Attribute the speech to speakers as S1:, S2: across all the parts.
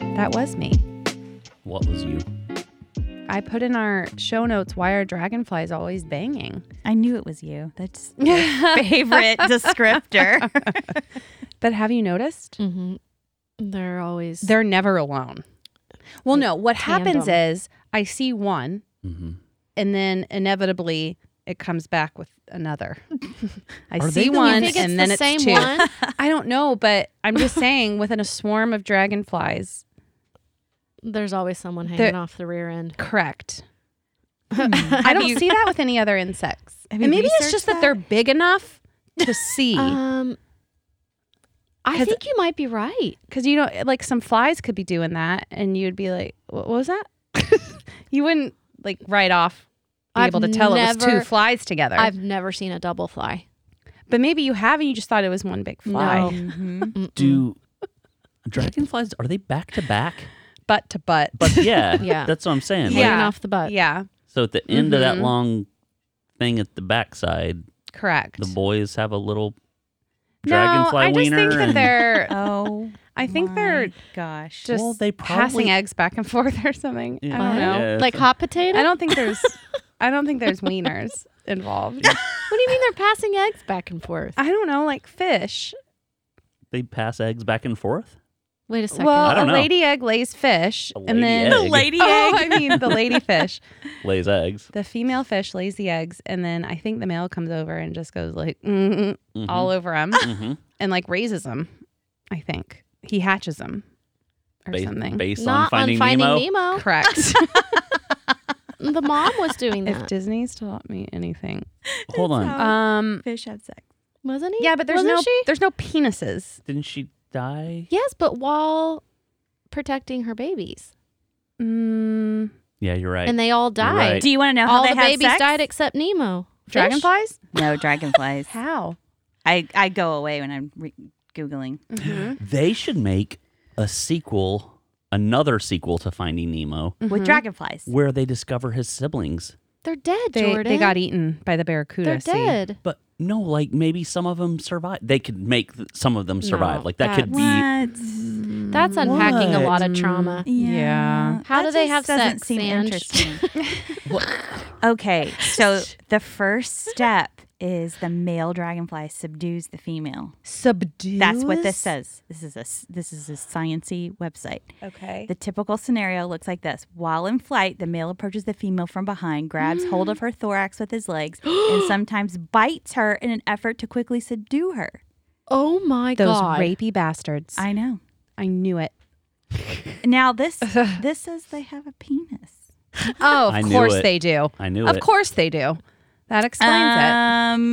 S1: That was me.
S2: What was you?
S1: I put in our show notes why are dragonflies always banging?
S3: I knew it was you. That's my favorite descriptor.
S1: But have you noticed?
S4: Mm-hmm. They're always
S1: They're never alone. Well, no, what happens
S4: Tandem.
S1: is I see one
S2: Mm-hmm.
S1: and then inevitably it comes back with another. I
S2: Are they
S1: see
S2: the
S1: one
S2: ones- You think
S1: and then it's two. I don't know, but I'm just saying within a swarm of dragonflies.
S4: There's always someone hanging
S1: They're-
S4: off the rear end.
S1: Correct.
S3: Hmm.
S1: I don't see that with any other insects.
S3: Have
S1: And
S3: you
S1: maybe it's
S3: researched
S1: just that?
S3: that?
S1: they're big enough to see.
S4: Um, I
S1: 'Cause-
S4: think you might be right.
S1: Because you know, like some flies could be doing that, and you'd be like, "What what was that?" you wouldn't like right off be
S4: I've
S1: able to tell it was two
S4: never-
S1: flies together.
S4: I've never seen a double fly.
S1: but maybe you have, and you just thought it was one big fly,
S4: No.
S3: Mhm.
S4: Mm-mm.
S2: Do
S1: Mm-hmm.
S2: dragonflies are they back to back?
S1: butt to butt.
S2: But yeah,
S4: Yeah.
S2: that's what I'm saying.
S1: Yeah.
S2: Like,
S4: Hanging off the butt.
S1: yeah,
S2: so at the end of that
S1: Mhm.
S2: long thing at the backside,
S1: correct.
S2: the boys have a little
S1: no,
S2: dragonfly
S1: I just
S2: wiener.
S1: think that
S2: and-
S1: they're.
S3: Oh,
S1: I think
S3: my
S1: they're
S3: gosh.
S1: just
S2: Well, they
S1: passing
S2: probably-
S1: eggs back and forth or something.
S2: Yeah.
S1: I don't know.
S2: Yeah,
S4: Like
S2: so-
S4: hot potato?
S1: I don't think there's. I don't think there's wieners involved.
S4: what do you mean they're passing eggs back and forth?
S1: I don't know, like fish.
S2: they pass eggs back and forth.
S4: Wait a second.
S2: I
S1: Well, a
S2: don't know.
S1: lady egg lays fish,
S2: A lady
S1: and then
S2: egg. The lady
S1: oh, I mean the lady fish.
S2: Lays eggs
S1: the female fish lays the eggs and then i think the male comes over and just goes like mm mm
S2: Mhm,
S1: all over him
S2: mhm.
S1: and like raises him i think he hatches him or
S2: Ba-
S1: something
S2: based on
S4: Not
S2: Finding, Nemo.
S4: Nemo.
S1: correct
S4: The mom was doing
S1: if
S4: that,
S1: disney's taught me anything
S2: Hold on,
S3: That's how
S1: um
S3: fish had sex.
S4: wasn't he?
S1: yeah but there's
S4: Wasn't
S1: no
S4: She?
S1: there's no penises
S2: didn't she die?
S4: Yes, but while protecting her babies,
S1: mm,
S2: Yeah, you're right.
S4: and they all died.
S2: right.
S3: Do you want to know how
S4: all
S3: they
S4: the
S3: had
S4: babies
S3: sex?
S4: died except Nemo. Fish?
S1: dragonflies
S3: no dragonflies.
S1: how
S3: I I go away when I'm re- googling.
S1: Mhm.
S2: They should make a sequel, another sequel to Finding Nemo,
S3: with
S4: Mm-hmm.
S1: Mhm.
S3: dragonflies.
S2: where they discover his siblings.
S4: They're dead,
S1: they,
S4: Jordan.
S1: they got eaten by the barracuda
S4: They're
S1: see?
S4: dead.
S2: But no, like maybe some of them survive. They could make th- some of them survive.
S4: No,
S2: like that could be.
S3: What?
S4: That's unpacking a lot of
S1: Mm.
S4: trauma.
S1: Yeah.
S4: How
S3: That
S4: do they
S3: just
S4: have
S3: doesn't
S4: sex,
S3: seem
S4: Sand?
S3: interesting. okay, so the first step is the male dragonfly subdues the female.
S1: subdued
S3: That's what this says. This is a s- this is a sciency website.
S1: okay
S3: The typical scenario looks like this: while in flight, the male approaches the female from behind, grabs hold of her thorax with his legs, and sometimes bites her in an effort to quickly subdue her.
S4: Oh my
S1: those
S4: god.
S1: rapey bastards I,
S3: I know.
S1: knew it
S3: Now this this says they have a penis.
S1: oh of
S2: I knew
S1: course
S2: it.
S1: they do
S2: I knew
S1: Of
S2: it.
S1: course they do. That explains it.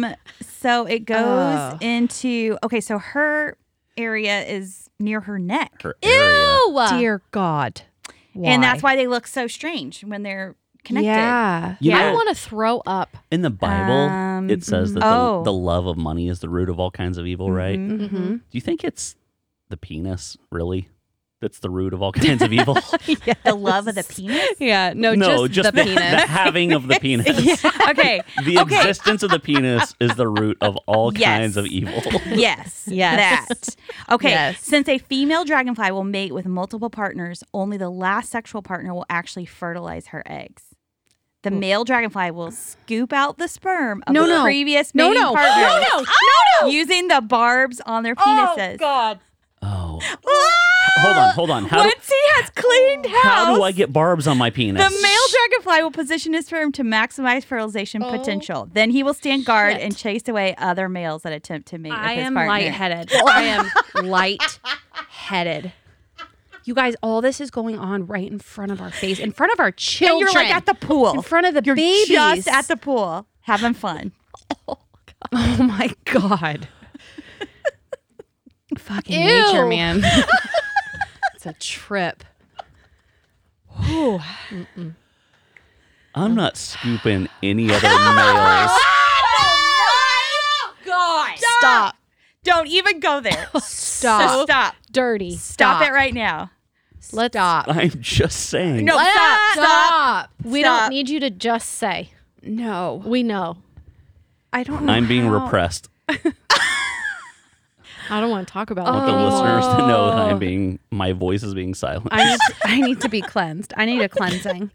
S3: um, so it goes
S1: Oh.
S3: into okay. So her area is near her neck,
S2: Her area.
S4: Ew.
S1: Dear God. Why?
S3: Uh, and that's why they look so strange when they're connected.
S1: Yeah.
S2: You
S4: I
S2: know,
S4: want to throw up.
S2: in the Bible,
S3: Um,
S2: it says that
S3: Oh.
S2: the, the love of money is the root of all kinds of evil, right? Do
S1: Mm-hmm.
S2: you think it's the penis, really? That's the root of all kinds of evil.
S3: The love of the penis.
S1: Yeah. No, just, the, penis.
S2: having of the penis.
S3: Okay.
S2: The existence of the penis is the root of all
S3: Yes.
S2: kinds of evil.
S3: Yes.
S1: Yes.
S3: That. Okay.
S1: Yes.
S3: Since a female dragonfly will mate with multiple partners, only the last sexual partner will actually fertilize her eggs. The male dragonfly will scoop out the sperm of
S1: No,
S3: the
S1: no.
S3: previous
S1: No,
S3: mating
S1: no.
S3: partner.
S1: No, no. Oh,
S3: no. Using the barbs on their penises.
S1: God.
S2: Oh. Hold on, hold on. How do,
S3: Once he has cleaned house,
S2: how do I get barbs on my penis?
S3: the male dragonfly will position his sperm to maximize fertilization
S4: Oh,
S3: potential. Then he will stand guard
S4: shit.
S3: and chase away other males that attempt to mate with
S1: I
S3: his
S1: am
S3: partner.
S1: lightheaded. I am lightheaded. You guys, all this is going on right in front of our face, in front of our
S3: And
S1: children.
S3: you're like at the pool.
S1: in front of the
S3: You're
S1: babies.
S3: just at the pool having fun.
S1: Oh my god. Fucking nature,
S4: Ew.
S1: man. it's a trip. Whew.
S2: I'm not scooping any other males.
S3: Oh, God. Stop. Don't even go there. So
S1: Stop.
S3: stop.
S4: Dirty.
S3: Stop
S1: Stop.
S3: it right now.
S4: Let's stop.
S2: I'm just saying.
S3: No, stop. Stop.
S4: We
S3: Stop.
S4: don't need you to just say.
S1: No.
S4: We know.
S1: I don't know.
S2: I'm being
S1: how.
S2: repressed.
S4: I don't want to talk about
S2: I
S4: it. Oh.
S2: want the listeners to know that
S3: Oh.
S2: I'm being my voice is being silent.
S1: I need, I need to be cleansed. I need a cleansing.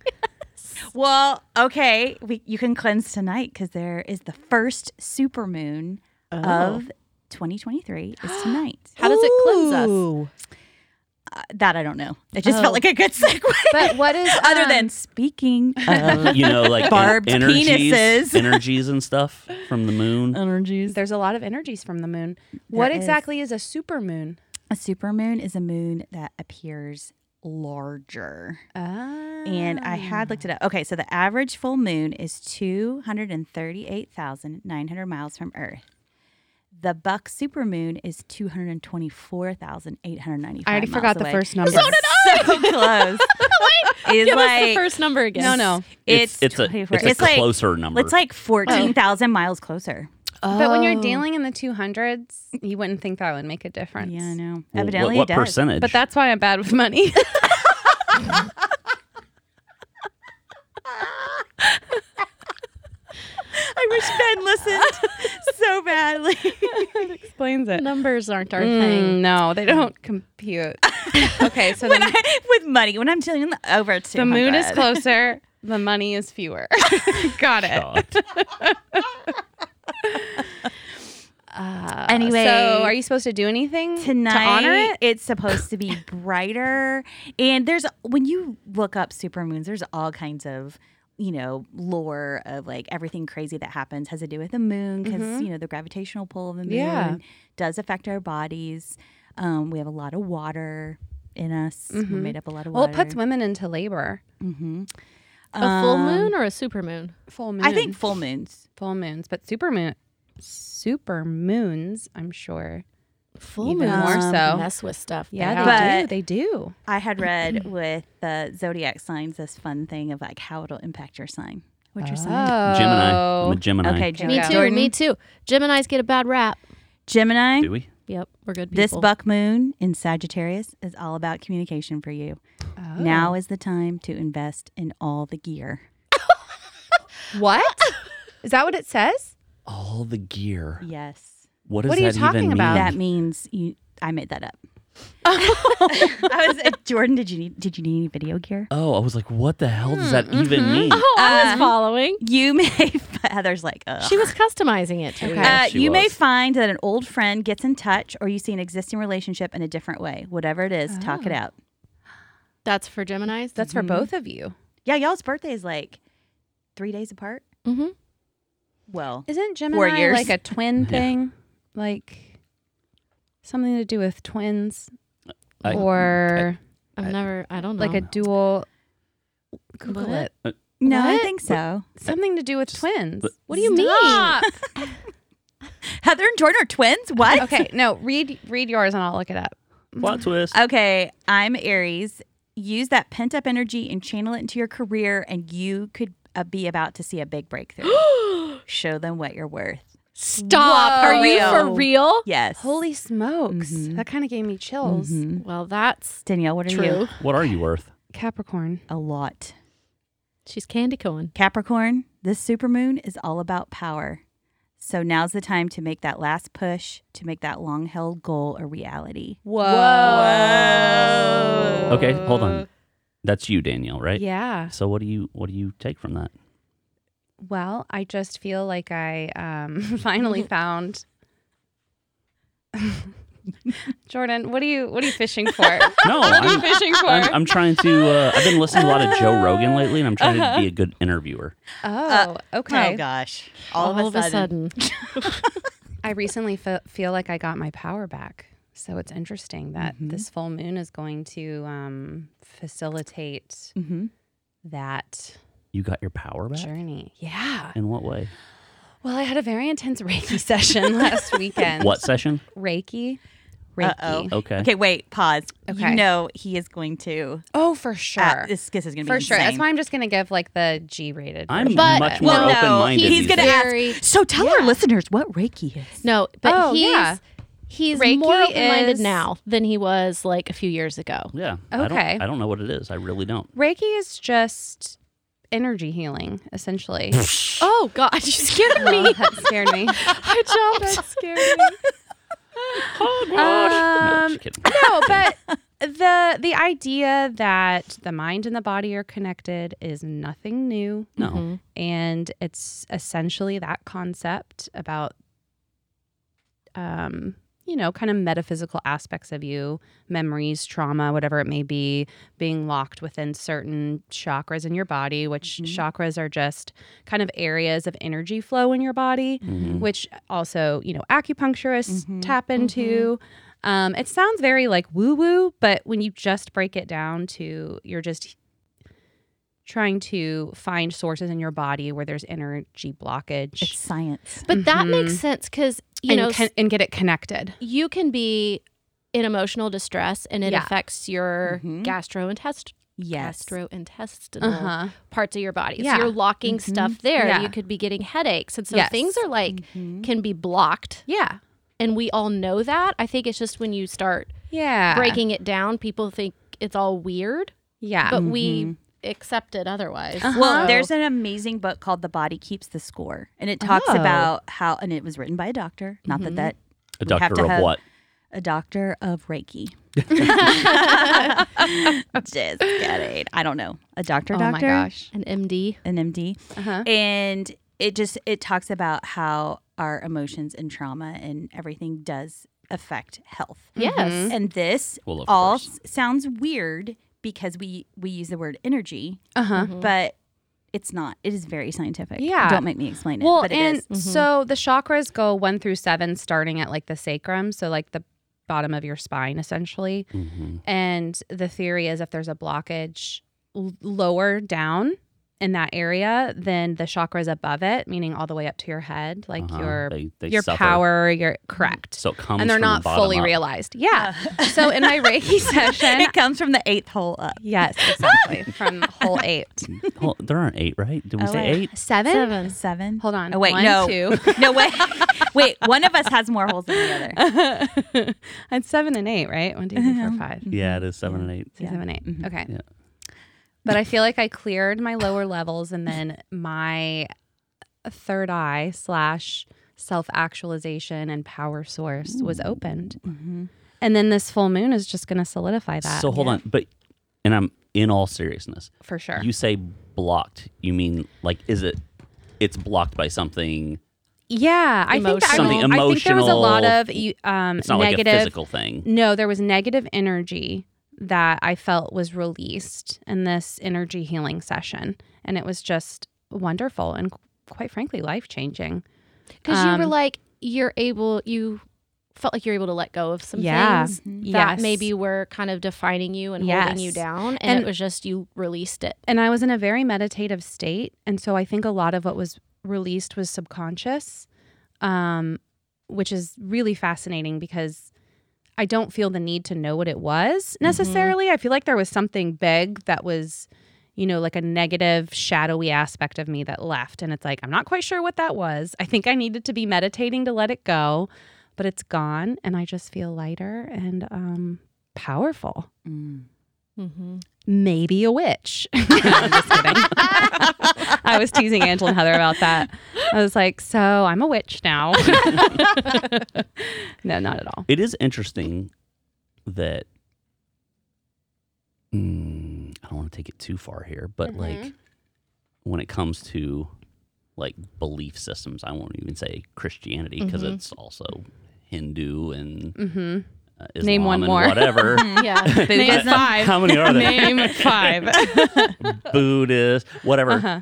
S3: Well, okay, we, you can cleanse tonight because there is the first supermoon of 2023 is tonight.
S4: How does it cleanse us?
S3: Uh, that I don't know. It just felt like a good segue.
S4: But what is
S3: Other
S4: um,
S3: than speaking of
S2: you know, like en-
S3: Barbed
S2: energies,
S3: penises.
S2: energies and stuff from the moon.
S3: energies,
S1: There's a lot of energies from the moon. What
S3: There is.
S1: exactly is a supermoon?
S3: a supermoon is a moon that appears larger.
S1: Ah.
S3: And I had looked it up. Okay, so the average full moon is 238,900 miles from Earth. The Buck supermoon is 224,895.
S1: I already
S3: miles
S1: forgot the
S3: away.
S1: first number.
S3: So close. It's
S4: Give us
S3: like
S4: the first number again.
S1: No, no.
S3: it's
S2: it's a
S3: 24.
S2: it's a
S3: like
S2: closer number.
S3: it's like 14,000 miles closer.
S1: But when you're
S4: Oh.
S1: dealing in the 200s, you wouldn't think that would make a difference.
S3: Yeah, I know.
S2: Well,
S3: Evidently,
S2: what, what
S3: it does.
S2: percentage?
S1: But that's why I'm bad with money.
S3: I wish Ben listened so badly.
S1: Explains it.
S4: Numbers aren't our
S1: Mm,
S4: thing.
S1: no, they don't compute. okay, so
S3: when
S1: the,
S3: I, with money, when I'm dealing the- over two,
S1: the moon is closer, the money is fewer. Got it.
S2: God.
S1: Uh,
S3: Anyway.
S1: so are you supposed to do anything
S3: tonight
S1: to honor it?
S3: it's supposed to be brighter and there's when you look up supermoons there's all kinds of you know lore of like everything crazy that happens has to do with the moon because you know the gravitational pull of the moon
S1: Mm-hmm. Yeah.
S3: does affect our bodies um, we have a lot of water in us we're made up a lot of
S1: Mm-hmm. Well,
S3: water
S1: it puts women into labor.
S3: hmm
S4: A full
S1: Um,
S4: moon or a super moon?
S1: Full moon.
S3: Um, i think full moons
S1: full moons, but super moon, super moons. I'm sure.
S4: Full
S1: Even
S4: moons
S1: more so.
S4: Mess with stuff.
S1: Yeah,
S4: pal.
S1: they do.
S3: But-
S1: They do.
S3: i had read with the zodiac signs this fun thing of like how it'll impact your sign what's your sign
S2: Gemini.
S1: Oh.
S2: I'm a Gemini.
S3: okay
S1: There
S4: Ah. me
S1: you
S3: Gemini.
S1: go.
S4: too. Me too. Geminis get a bad rap.
S3: gemini
S2: Do we?
S4: Yep, we're good people.
S3: This buck moon in Sagittarius is all about communication for you.
S4: Oh.
S1: Oh.
S3: Now is the time to invest in all the gear.
S1: What? Is that what it says?
S2: All the gear.
S3: Yes.
S2: What does
S1: What are you
S2: that
S1: talking
S2: even
S1: about?
S2: mean?
S3: That means you I made that up. I was Jordan, did you need did you need any video gear?
S2: oh, I was like, what the hell
S3: Hmm,
S2: does that even
S3: mm-hmm.
S2: mean?
S4: Oh, I was following.
S3: You may Heather's like, "Ugh."
S4: She was customizing it. To
S1: Okay.
S4: me.
S1: Yeah,
S3: Uh,
S2: she
S3: you may
S2: was.
S3: find that an old friend gets in touch or you see an existing relationship in a different way. Whatever it is, talk it out.
S4: That's for Geminis.
S1: That's for both of you.
S3: Yeah, y'all's birthday is like three days apart.
S4: hmm
S3: Well,
S1: Isn't
S3: Four
S1: Gemini
S3: years.
S1: like a twin thing? Like something to do with twins
S2: I-
S1: or
S4: I've never. I don't know.
S1: like a dual Google
S4: What?
S1: it.
S3: no, I
S4: What?
S3: think so.
S1: Something to do with twins.
S2: but-
S4: What do you mean?
S3: Heather and Jordan are twins? What?
S1: okay, no, read read yours and I'll look it up.
S2: Plot twist.
S3: Okay, I'm Aries. Use that pent up energy and channel it into your career, and you could uh, be about to see a big breakthrough. Show them what you're worth.
S4: Stop.
S3: Whoa.
S4: Are you for real?
S3: Yes.
S1: Holy smokes.
S3: Mhm.
S1: That kind of gave me chills.
S3: Mhm.
S4: Well, that's
S3: Danielle, what are you?
S4: true.
S2: What are you worth?
S1: Capricorn.
S3: A lot.
S4: She's Candy Cohen.
S3: Capricorn, this supermoon is all about power. So now's the time to make that last push, to make that long held goal a reality.
S1: Whoa.
S2: Okay, hold
S3: Uh,
S2: on. That's you, Danielle, right?
S1: Yeah.
S2: So what do you what do you take from that?
S1: Well, I just feel like I um, finally found Jordan. What are you What are you fishing for?
S2: No,
S1: what are you
S2: I'm,
S1: fishing for? Um,
S2: I'm, I'm trying to. Uh, I've been listening to a lot of Joe Rogan lately, and I'm trying to be a good interviewer.
S1: oh, okay.
S3: gosh.
S1: I recently fe- feel like I got my power back. So it's interesting that
S3: Mm-hmm.
S1: this full moon is going to um, facilitate
S3: hmm
S1: that
S2: You got your power back.
S1: journey. Yeah.
S2: In what way?
S1: Well, I had a very intense Reiki session last weekend.
S2: What session?
S1: Reiki? Reiki.
S3: Uh-oh. Oh.
S2: Okay.
S3: Okay, wait, pause.
S1: Okay.
S3: You know he is going to.
S1: Oh, for sure.
S3: Ah, this kiss is going to be
S1: for sure. That's
S3: insane.
S1: why I'm just gonna give like the G rated.
S2: I'm
S4: But-
S2: much more
S4: well, no,
S2: open minded.
S4: he's gonna ask- Very-
S3: So tell our listeners what Reiki is.
S4: No, but
S1: Oh,
S4: he's
S1: yeah.
S4: he's
S1: Reiki
S4: more open-minded
S1: is-
S4: now than he was like a few years ago.
S2: Yeah. I don't,
S1: Okay.
S2: I don't know what it is. I really don't.
S1: Reiki is just energy healing, essentially.
S4: Oh God, you scared
S1: Well, that scared me.
S4: I jumped.
S1: scared me.
S2: no,
S1: Um,
S2: just kidding.
S1: no, but the the idea that the mind and the body are connected is nothing new.
S2: No.
S1: and it's essentially that concept about um you know kind of metaphysical aspects of you memories trauma whatever it may be being locked within certain chakras in your body which
S3: Mhm.
S1: chakras are just kind of areas of energy flow in your body
S2: Mhm.
S1: which also you know acupuncturists
S3: Mhm.
S1: tap into um, it sounds very like woo woo but when you just break it down to you're just trying to find sources in your body where there's energy blockage
S3: It's science.
S4: But that makes
S1: Mhm.
S4: sense because, you
S1: and,
S4: know,
S1: con- and get it connected
S4: you can be in emotional distress and it
S1: Yeah. Mm-hmm.
S4: affects your
S3: Mhm.
S4: gastrointest-
S3: Yes.
S4: gastrointestinal
S1: uh-huh
S4: parts of your body.
S1: Yeah. Mm-hmm.
S4: So you're locking
S3: Mhm.
S4: stuff there.
S1: Yeah.
S4: You could be getting headaches. And so
S1: Yes. Mm-hmm.
S4: things are like
S3: Mhm.
S4: can be blocked
S1: yeah
S4: and we all know that. I think it's just when you start
S1: yeah
S4: breaking Oh, it down, people think it's all weird,
S1: yeah
S4: but we accept it otherwise.
S1: Mm-hmm. Uh-huh.
S3: Well,
S4: So-
S3: there's an amazing book called The Body Keeps the Score, and it talks
S1: Oh. Mm-hmm.
S3: about how, and it was written by a doctor, not that
S4: Mhm.
S3: that
S2: A
S3: we have
S2: doctor
S3: to
S2: of
S3: have-
S2: what?
S3: a doctor of Reiki. Just kidding. I don't know. A doctor,
S1: oh
S3: doctor,
S1: my gosh
S4: an MD.
S3: an MD.
S1: uh-huh
S3: and it just it talks about how our emotions and trauma and everything does affect health
S4: Yes.
S1: Mhm.
S3: and this
S2: Well, of
S3: all
S2: course.
S3: s- sounds weird because we we use the word energy
S1: uh-huh
S4: Mhm.
S3: but it's not it is very scientific
S1: Yeah.
S3: don't make me explain it
S1: well
S3: but it
S1: and
S3: is.
S4: Mhm.
S1: so the chakras go one through seven starting at like the sacrum so like the bottom of your spine essentially
S2: Mhm.
S1: And the theory is if there's a blockage l- lower down in that area than the chakras above it, meaning all the way up to your head, like
S2: Uh-huh.
S1: your
S2: They- they
S1: your
S2: suffer.
S1: power, your correct.
S2: So it comes
S1: and they're
S2: from the
S1: not
S2: bottom
S1: fully
S2: up.
S1: realized. Yeah. so in my Reiki session,
S3: it comes from the eighth hole up
S1: yes, exactly, from whole eight.
S2: Mm, Well, there aren't eight, right? Did we
S3: Oh,
S2: say
S3: wait.
S2: eight?
S1: Seven?
S4: Seven.
S3: seven
S1: Hold on.
S3: oh wait
S1: One,
S3: no
S1: two.
S3: no wait wait one of us has more holes than the other
S1: and seven and eight, right? One, two, three, four, five.
S2: Yeah, it is seven and eight.
S1: Six, seven, eight. Okay.
S2: Yeah.
S1: But I feel like I cleared my lower levels and then my third eye slash self actualization and power source was opened. And then this full moon is just going to solidify that
S2: So hold on, but and I'm in all seriousness.
S1: for sure.
S2: You say blocked. You mean like is it? It's blocked by something.
S1: yeah. I think, that, I,
S4: Something
S1: I think there was a lot
S2: emotional.
S1: of you- um,
S2: It's not like a
S1: negative
S2: physical thing.
S1: No, there was negative energy that I felt was released in this energy healing session. And it was just wonderful and qu- quite frankly life changing.
S4: Because you were
S1: Um,
S4: like, you're able, you felt like you're able to let go of some
S1: Yeah. Mm-hmm.
S4: things
S3: Mhm.
S4: that
S1: Yes.
S4: maybe were kind of defining you and holding you
S1: Yes.
S4: down. And,
S1: And-
S4: it was just you released it.
S1: And I was in a very meditative state. And so I think a lot of what was released was subconscious, um, which is really fascinating because I don't feel the need to know what it was necessarily. I feel like there was something big that was, you know, like a negative, shadowy aspect of me that left. And it's like, I'm not quite sure what that was. I think I needed to be meditating to let it go, but it's gone. And I just feel lighter and um, powerful.
S3: Mm.
S4: Mm-hmm.
S1: Maybe a witch. I'm just kidding. I was teasing Angela and Heather about that. I was like, so I'm a witch now. no, not at all.
S2: It is interesting that Mm, I don't want to take it too far here, but
S1: Mm-hmm.
S2: like when it comes to like belief systems, I won't even say Christianity because
S4: Mhm.
S2: it's also Hindu and
S1: Mm-hmm.
S2: uh, Islam
S1: Name one
S2: and
S1: more.
S2: whatever.
S4: Yeah.
S1: Name five.
S2: How many are there?
S1: Name five.
S2: Buddhist, whatever.
S1: Uh-huh.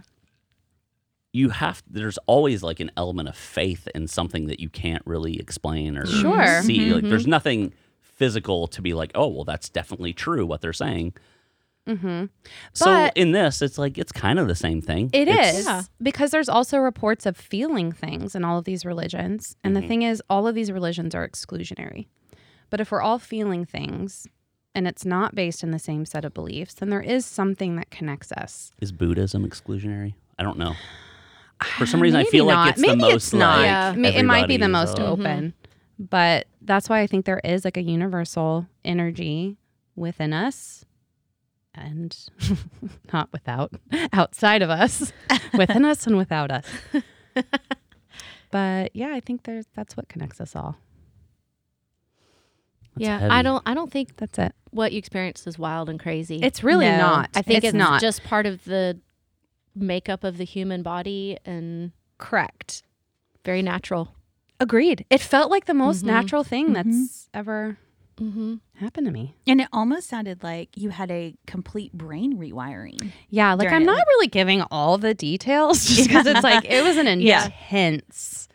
S2: You have. There's always like an element of faith in something that you can't really explain or
S1: Sure. Mm-hmm.
S2: see. Like there's nothing physical to be like, oh well, that's definitely true what they're saying.
S1: Mm-hmm.
S2: so
S1: But-
S2: in this, it's like it's kind of the same thing.
S1: It
S2: It's-
S1: is
S4: Yeah.
S1: because there's also reports of feeling things in all of these religions. And the thing is, all of these religions are exclusionary. But if we're all feeling things and it's not based in the same set of beliefs, then there is something that connects us.
S2: Is Buddhism exclusionary? I don't know. For some reason, I feel
S1: Maybe not.
S2: like it's
S1: Maybe
S2: the most.
S1: it's not.
S2: Like,
S4: Yeah.
S1: I mean, It might be the
S2: everybody's,
S1: most
S2: uh,
S1: open.
S4: Mm-hmm.
S1: But that's why I think there is like a universal energy within us and not without, outside of us, within us and without us. But yeah, I think there's that's what connects us all.
S4: yeah, I
S2: heavy.
S4: don't. I don't think
S1: That's it.
S4: what you experienced is wild and crazy.
S1: It's really
S3: No,
S1: not.
S4: I think it's,
S1: not
S4: just part of the makeup of the human body and
S1: correct.
S4: very natural.
S1: Agreed. It felt like the most
S4: Mhm.
S1: natural thing
S3: Mhm.
S1: that's ever
S4: Mm-hmm.
S1: happened to me.
S3: And it almost sounded like you had a complete brain rewiring.
S1: Yeah, like
S3: During
S1: I'm
S3: it,
S1: not
S3: like-
S1: really giving all the details just because it's like it was an
S3: Yeah.
S1: intense.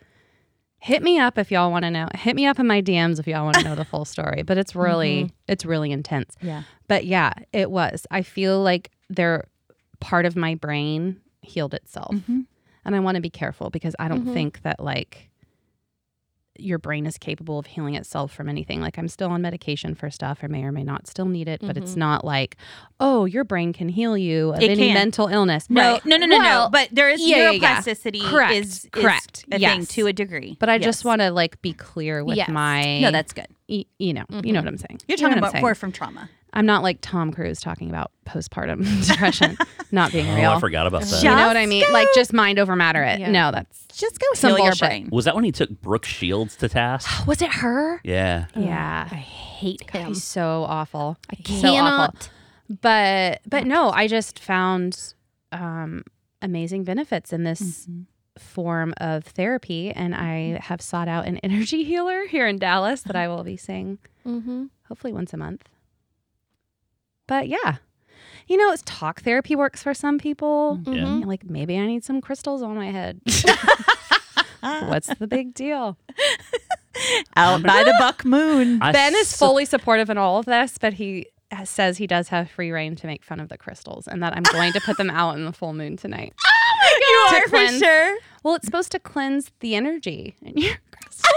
S1: Hit me up if y'all want to know. Hit me up in my DMs if y'all want to know the full story. But it's really
S3: Mm-hmm.
S1: it's really intense.
S3: Yeah.
S1: But yeah, it was. I feel like they're part of my brain healed itself.
S3: Mhm.
S1: And I want to be careful because I don't
S3: Mm-hmm.
S4: Mhm.
S1: think that like your brain is capable of healing itself from anything. Like I'm still on medication for stuff. I may or may not still need it, but it's
S4: Mhm.
S1: not like, oh, your brain can heal you of
S3: Mm-hmm. It
S1: any
S3: can.
S1: mental illness.
S3: No,
S1: Right.
S3: no, no, no, no.
S1: Well,
S3: But there is
S1: yeah, yeah, yeah.
S3: neuroplasticity
S1: Correct,
S3: is, is
S1: correct.
S3: a thing
S1: Yes.
S3: to a degree.
S1: but I
S3: Yes.
S1: just want to like be clear with
S4: Yes.
S1: my
S3: No, that's good. Mm-hmm.
S1: y- you know, you know what I'm saying.
S3: You're
S1: You know
S3: talking
S1: what I'm
S3: about
S1: saying.
S3: more from trauma.
S1: I'm not like Tom Cruise talking about postpartum depression not being
S2: Oh,
S1: real.
S2: I forgot about that.
S1: You know what I mean? Like just mind over matter it.
S4: Yeah.
S1: No, that's
S3: Just go
S1: Some
S3: heal your
S1: bullshit.
S3: brain.
S2: Was that when he took Brooke Shields to task?
S1: was it her?
S2: Yeah.
S1: Yeah.
S4: I hate him.
S1: He's so awful. I So
S4: Cannot.
S1: awful. But but no, I just found um amazing benefits in this
S4: Mm-hmm.
S1: form of therapy and I have sought out an energy healer here in Dallas that I will be seeing
S4: Mm-hmm.
S1: hopefully once a month. But yeah. You know, it's talk therapy works for some people.
S2: Yeah.
S4: Mhm.
S1: Like maybe I need some crystals on my head. What's the big deal?
S3: Out by the buck moon.
S2: I
S1: Ben is
S2: s-
S1: fully supportive in all of this, but he has- says he does have free reign to make fun of the crystals and that I'm going to put them out in the full moon tonight.
S3: you
S1: To
S3: are for
S1: cleanse-
S3: sure.
S1: Well, it's supposed to cleanse the energy in your crystals.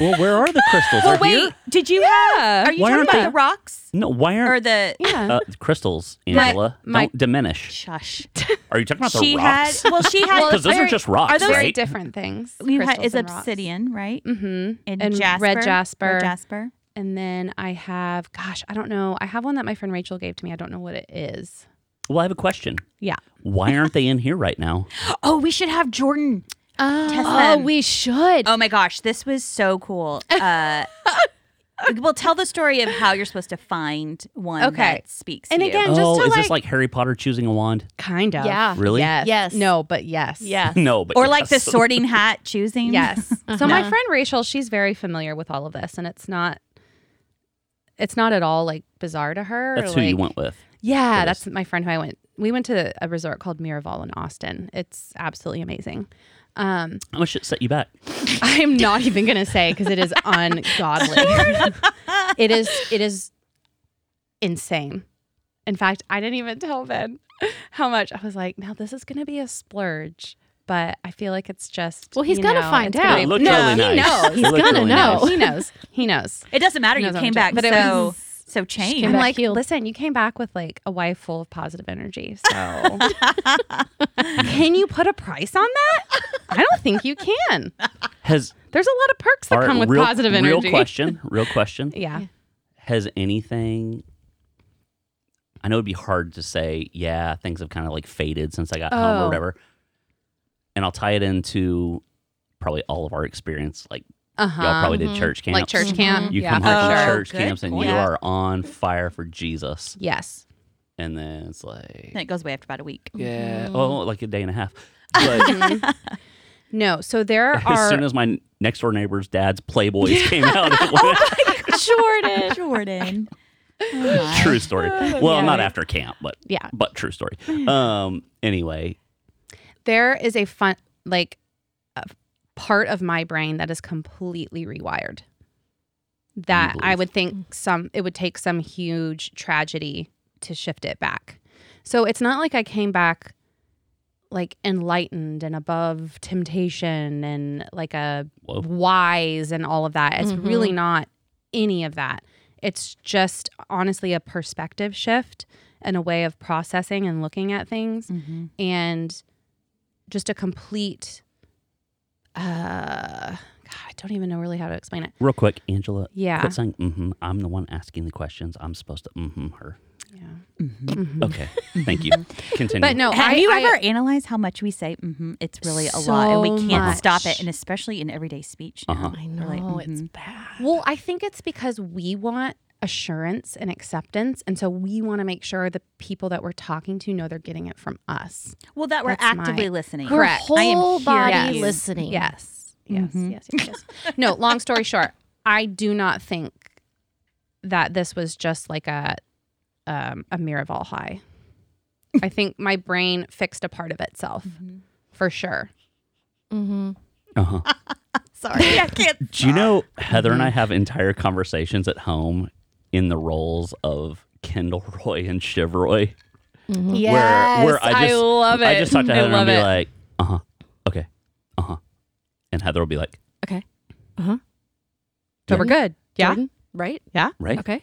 S2: Well, where are the crystals? They're
S3: Wait,
S2: here?
S3: did you
S1: Yeah.
S3: have? Are you
S2: Why
S3: talking
S2: aren't
S3: about
S2: they-
S3: the rocks
S2: No, why
S3: or
S2: aren't
S3: the?
S1: Yeah.
S2: uh, crystals, Angela?
S1: my-
S2: Don't diminish.
S3: Shush.
S2: Are you talking about the
S3: she
S2: rocks?
S3: had. Well, she had.
S2: Because those are
S1: very-
S2: just rocks,
S1: Are those very
S2: right?
S1: different things?
S3: you had
S1: crystals
S3: is
S1: and rocks.
S3: obsidian, right?
S1: Mhm.
S3: And,
S1: And
S3: jasper,
S1: red jasper.
S3: Red jasper.
S1: And then I have, gosh, I don't know. I have one that my friend Rachel gave to me. I don't know what it is.
S2: Well, I have a question.
S1: Yeah.
S2: Why aren't they in here right now?
S3: Oh, we should have Jordan. Test
S4: Oh,
S3: them.
S4: we should.
S3: Oh my gosh, this was so cool. Uh, well, tell the story of how you're supposed to find one
S1: Okay.
S3: that speaks. to
S1: And
S3: you.
S1: again- And just
S2: oh,
S1: to,
S2: is this
S1: like-
S2: like Harry Potter choosing a wand?
S1: Kind of.
S4: Yeah.
S2: Really?
S1: Yes.
S4: Yes.
S1: No, but yes.
S4: Yeah.
S2: No, but
S3: or like
S2: Oh,
S3: the
S2: yes.
S3: Sorting Hat choosing.
S1: Yes. So my friend Rachel, she's very familiar with all of this, and it's not, it's not at all like bizarre to her. or,
S2: That's who you
S1: like-
S2: went with.
S1: Yeah,
S2: For
S1: that's my friend who I went. We went to a resort called Miraval in Austin. It's absolutely amazing. Um,
S2: How much shit set you back?
S1: I'm not even gonna say because it is ungodly. it is. It is insane. In fact, I didn't even tell Ben how much I was like. Now this is gonna be a splurge, but I feel like it's just.
S4: Well, he's
S1: you
S4: gonna
S1: know,
S4: find
S1: it's gonna
S4: out.
S1: be-
S4: It
S2: looked
S1: no,
S2: really
S1: he
S2: nice.
S1: knows.
S2: It
S1: He's
S2: looked
S1: gonna
S2: really
S1: know.
S2: nice.
S1: He knows. He knows.
S3: It doesn't matter.
S1: He
S3: You
S1: knows how
S3: came
S1: much-
S3: back
S1: but it
S3: so
S1: was-
S3: so changed.
S1: I'm
S4: back
S1: like,
S4: healed.
S1: listen, you came back with like a wife full of positive energy. So can you put a price on that? I don't think you can.
S2: Has
S1: There's a lot of perks that
S2: all right,
S1: come with
S2: real,
S1: positive
S2: real
S1: energy.
S2: question. Real question.
S1: Yeah.
S2: Has anything? I know it'd be hard to say. Yeah, things have kind of like faded since I got home or
S1: Oh.
S2: whatever. And I'll tie it into probably all of our experience. Like
S1: Uh-huh.
S2: y'all probably
S4: Mhm.
S2: did church camps.
S1: like church camp.
S2: You
S1: yeah, Oh.
S2: come
S1: for
S2: home from
S1: sure.
S2: church
S3: good
S2: camps and
S3: point.
S2: you
S3: Yeah.
S2: are on fire for Jesus.
S1: Yes.
S2: And then it's like,
S3: And it goes away after about a week.
S4: Mm-hmm.
S2: yeah, oh,
S1: Mm.
S2: like a day and a half. But
S1: No. So there
S2: as
S1: are
S2: soon as my next door neighbor's dad's Playboys came out, it went-
S4: Jordan.
S3: Jordan. Oh my.
S2: true story. Well, not after camp, but
S1: Yeah.
S2: but true story. Um, anyway,
S1: there is a fun like a part of my brain that is completely rewired. That
S2: You believe-
S1: I would think some it would take some huge tragedy to shift it back. So it's not like I came back like enlightened and above temptation and like a
S2: Whoa.
S1: wise and all of that. It's
S4: Mhm.
S1: really not any of that. It's just honestly a perspective shift and a way of processing and looking at things
S3: Mhm.
S1: and just a complete uh god i don't even know really how to explain it
S2: real quick, Angela,
S1: yeah
S2: quit saying mm-hmm. I'm the one asking the questions. I'm supposed to mm-hmm her.
S1: Yeah.
S2: Okay. Thank you. Continue.
S1: Mm-hmm. But no,
S3: Have
S1: I,
S3: you
S1: I-
S3: ever analyzed how much we say? Mm-hmm, it's really a lot, and we
S1: So
S3: can't stop
S1: much.
S3: it, and especially in everyday speech.
S2: Uh-huh.
S4: I know
S3: We're like,
S4: it's
S3: mhm.
S4: bad.
S1: Well, I think it's because we want assurance and acceptance. And so we want to make sure the people that we're talking to know they're getting it from us.
S3: Well, that we're
S1: That's
S3: actively
S1: my-
S3: listening.
S4: Her
S1: Correct.
S3: I am
S4: whole
S3: hearing
S4: body
S3: you.
S4: listening.
S1: Yes. Yes.
S3: Mhm.
S1: Yes. Yes. Yes. no, long story short, I do not think that this was just like a um, a Miraval high. I think my brain fixed a part of itself
S3: Mm-hmm.
S1: for sure.
S4: Mm-hmm.
S2: Uh-huh.
S3: Sorry, I can't.
S2: Do you know Heather and I have entire conversations at home in the roles of Kendall Roy and Shiv Roy?
S4: Mm-hmm.
S1: Yes,
S2: where I just-
S1: love it.
S2: I just talk to
S1: I
S2: Heather and I'll
S1: love
S2: be
S1: it.
S2: like, uh huh, okay, uh huh. And Heather will be like,
S4: Okay. Uh huh.
S1: so we're good. Yeah.
S4: Jordan, right?
S1: Yeah.
S2: right?
S4: Okay.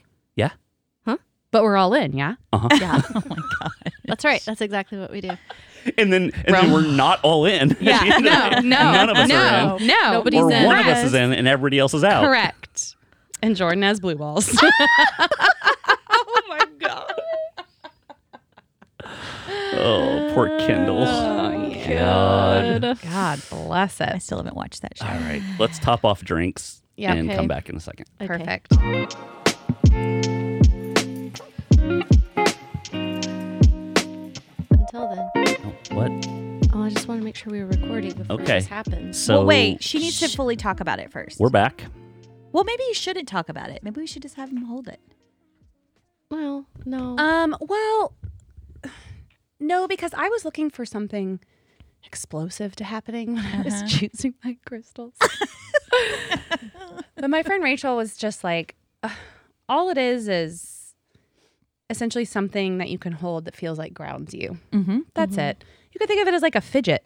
S1: But we're all in. Yeah.
S4: Yeah.
S3: Oh my god.
S4: That's right. That's exactly what we do.
S2: And then and then we're not all in.
S1: Yeah. No. No.
S2: None of us
S1: no,
S2: are in.
S1: No.
S4: Nobody's
S2: Or
S4: in.
S2: Oh, one of us is in and everybody else is out.
S1: Correct. And Jordan has blue balls.
S3: Oh my god.
S2: Oh, poor Kendall.
S1: Oh, yeah.
S2: God.
S1: God bless
S3: I
S1: it.
S3: still haven't watched that show.
S2: All right, let's top off drinks
S1: Yeah,
S2: and
S4: okay.
S2: come back in a second.
S4: Okay.
S1: Perfect.
S4: Until then,
S2: Oh, what?
S4: oh, I just want to make sure we were recording before
S2: Okay.
S4: this happens.
S2: So
S3: well, wait. She needs to fully talk about it first.
S2: We're back.
S3: well, maybe you shouldn't talk about it. Maybe we should just have him hold it.
S4: Well, no.
S1: Um, well, no, because I was looking for something explosive to happening when I was
S3: Uh-huh.
S1: choosing my crystals. but my friend Rachel was just like, "Ugh, all it is is essentially something that you can hold that feels like grounds you.
S3: Mm-hmm.
S1: That's it. You could think of it as like a fidget.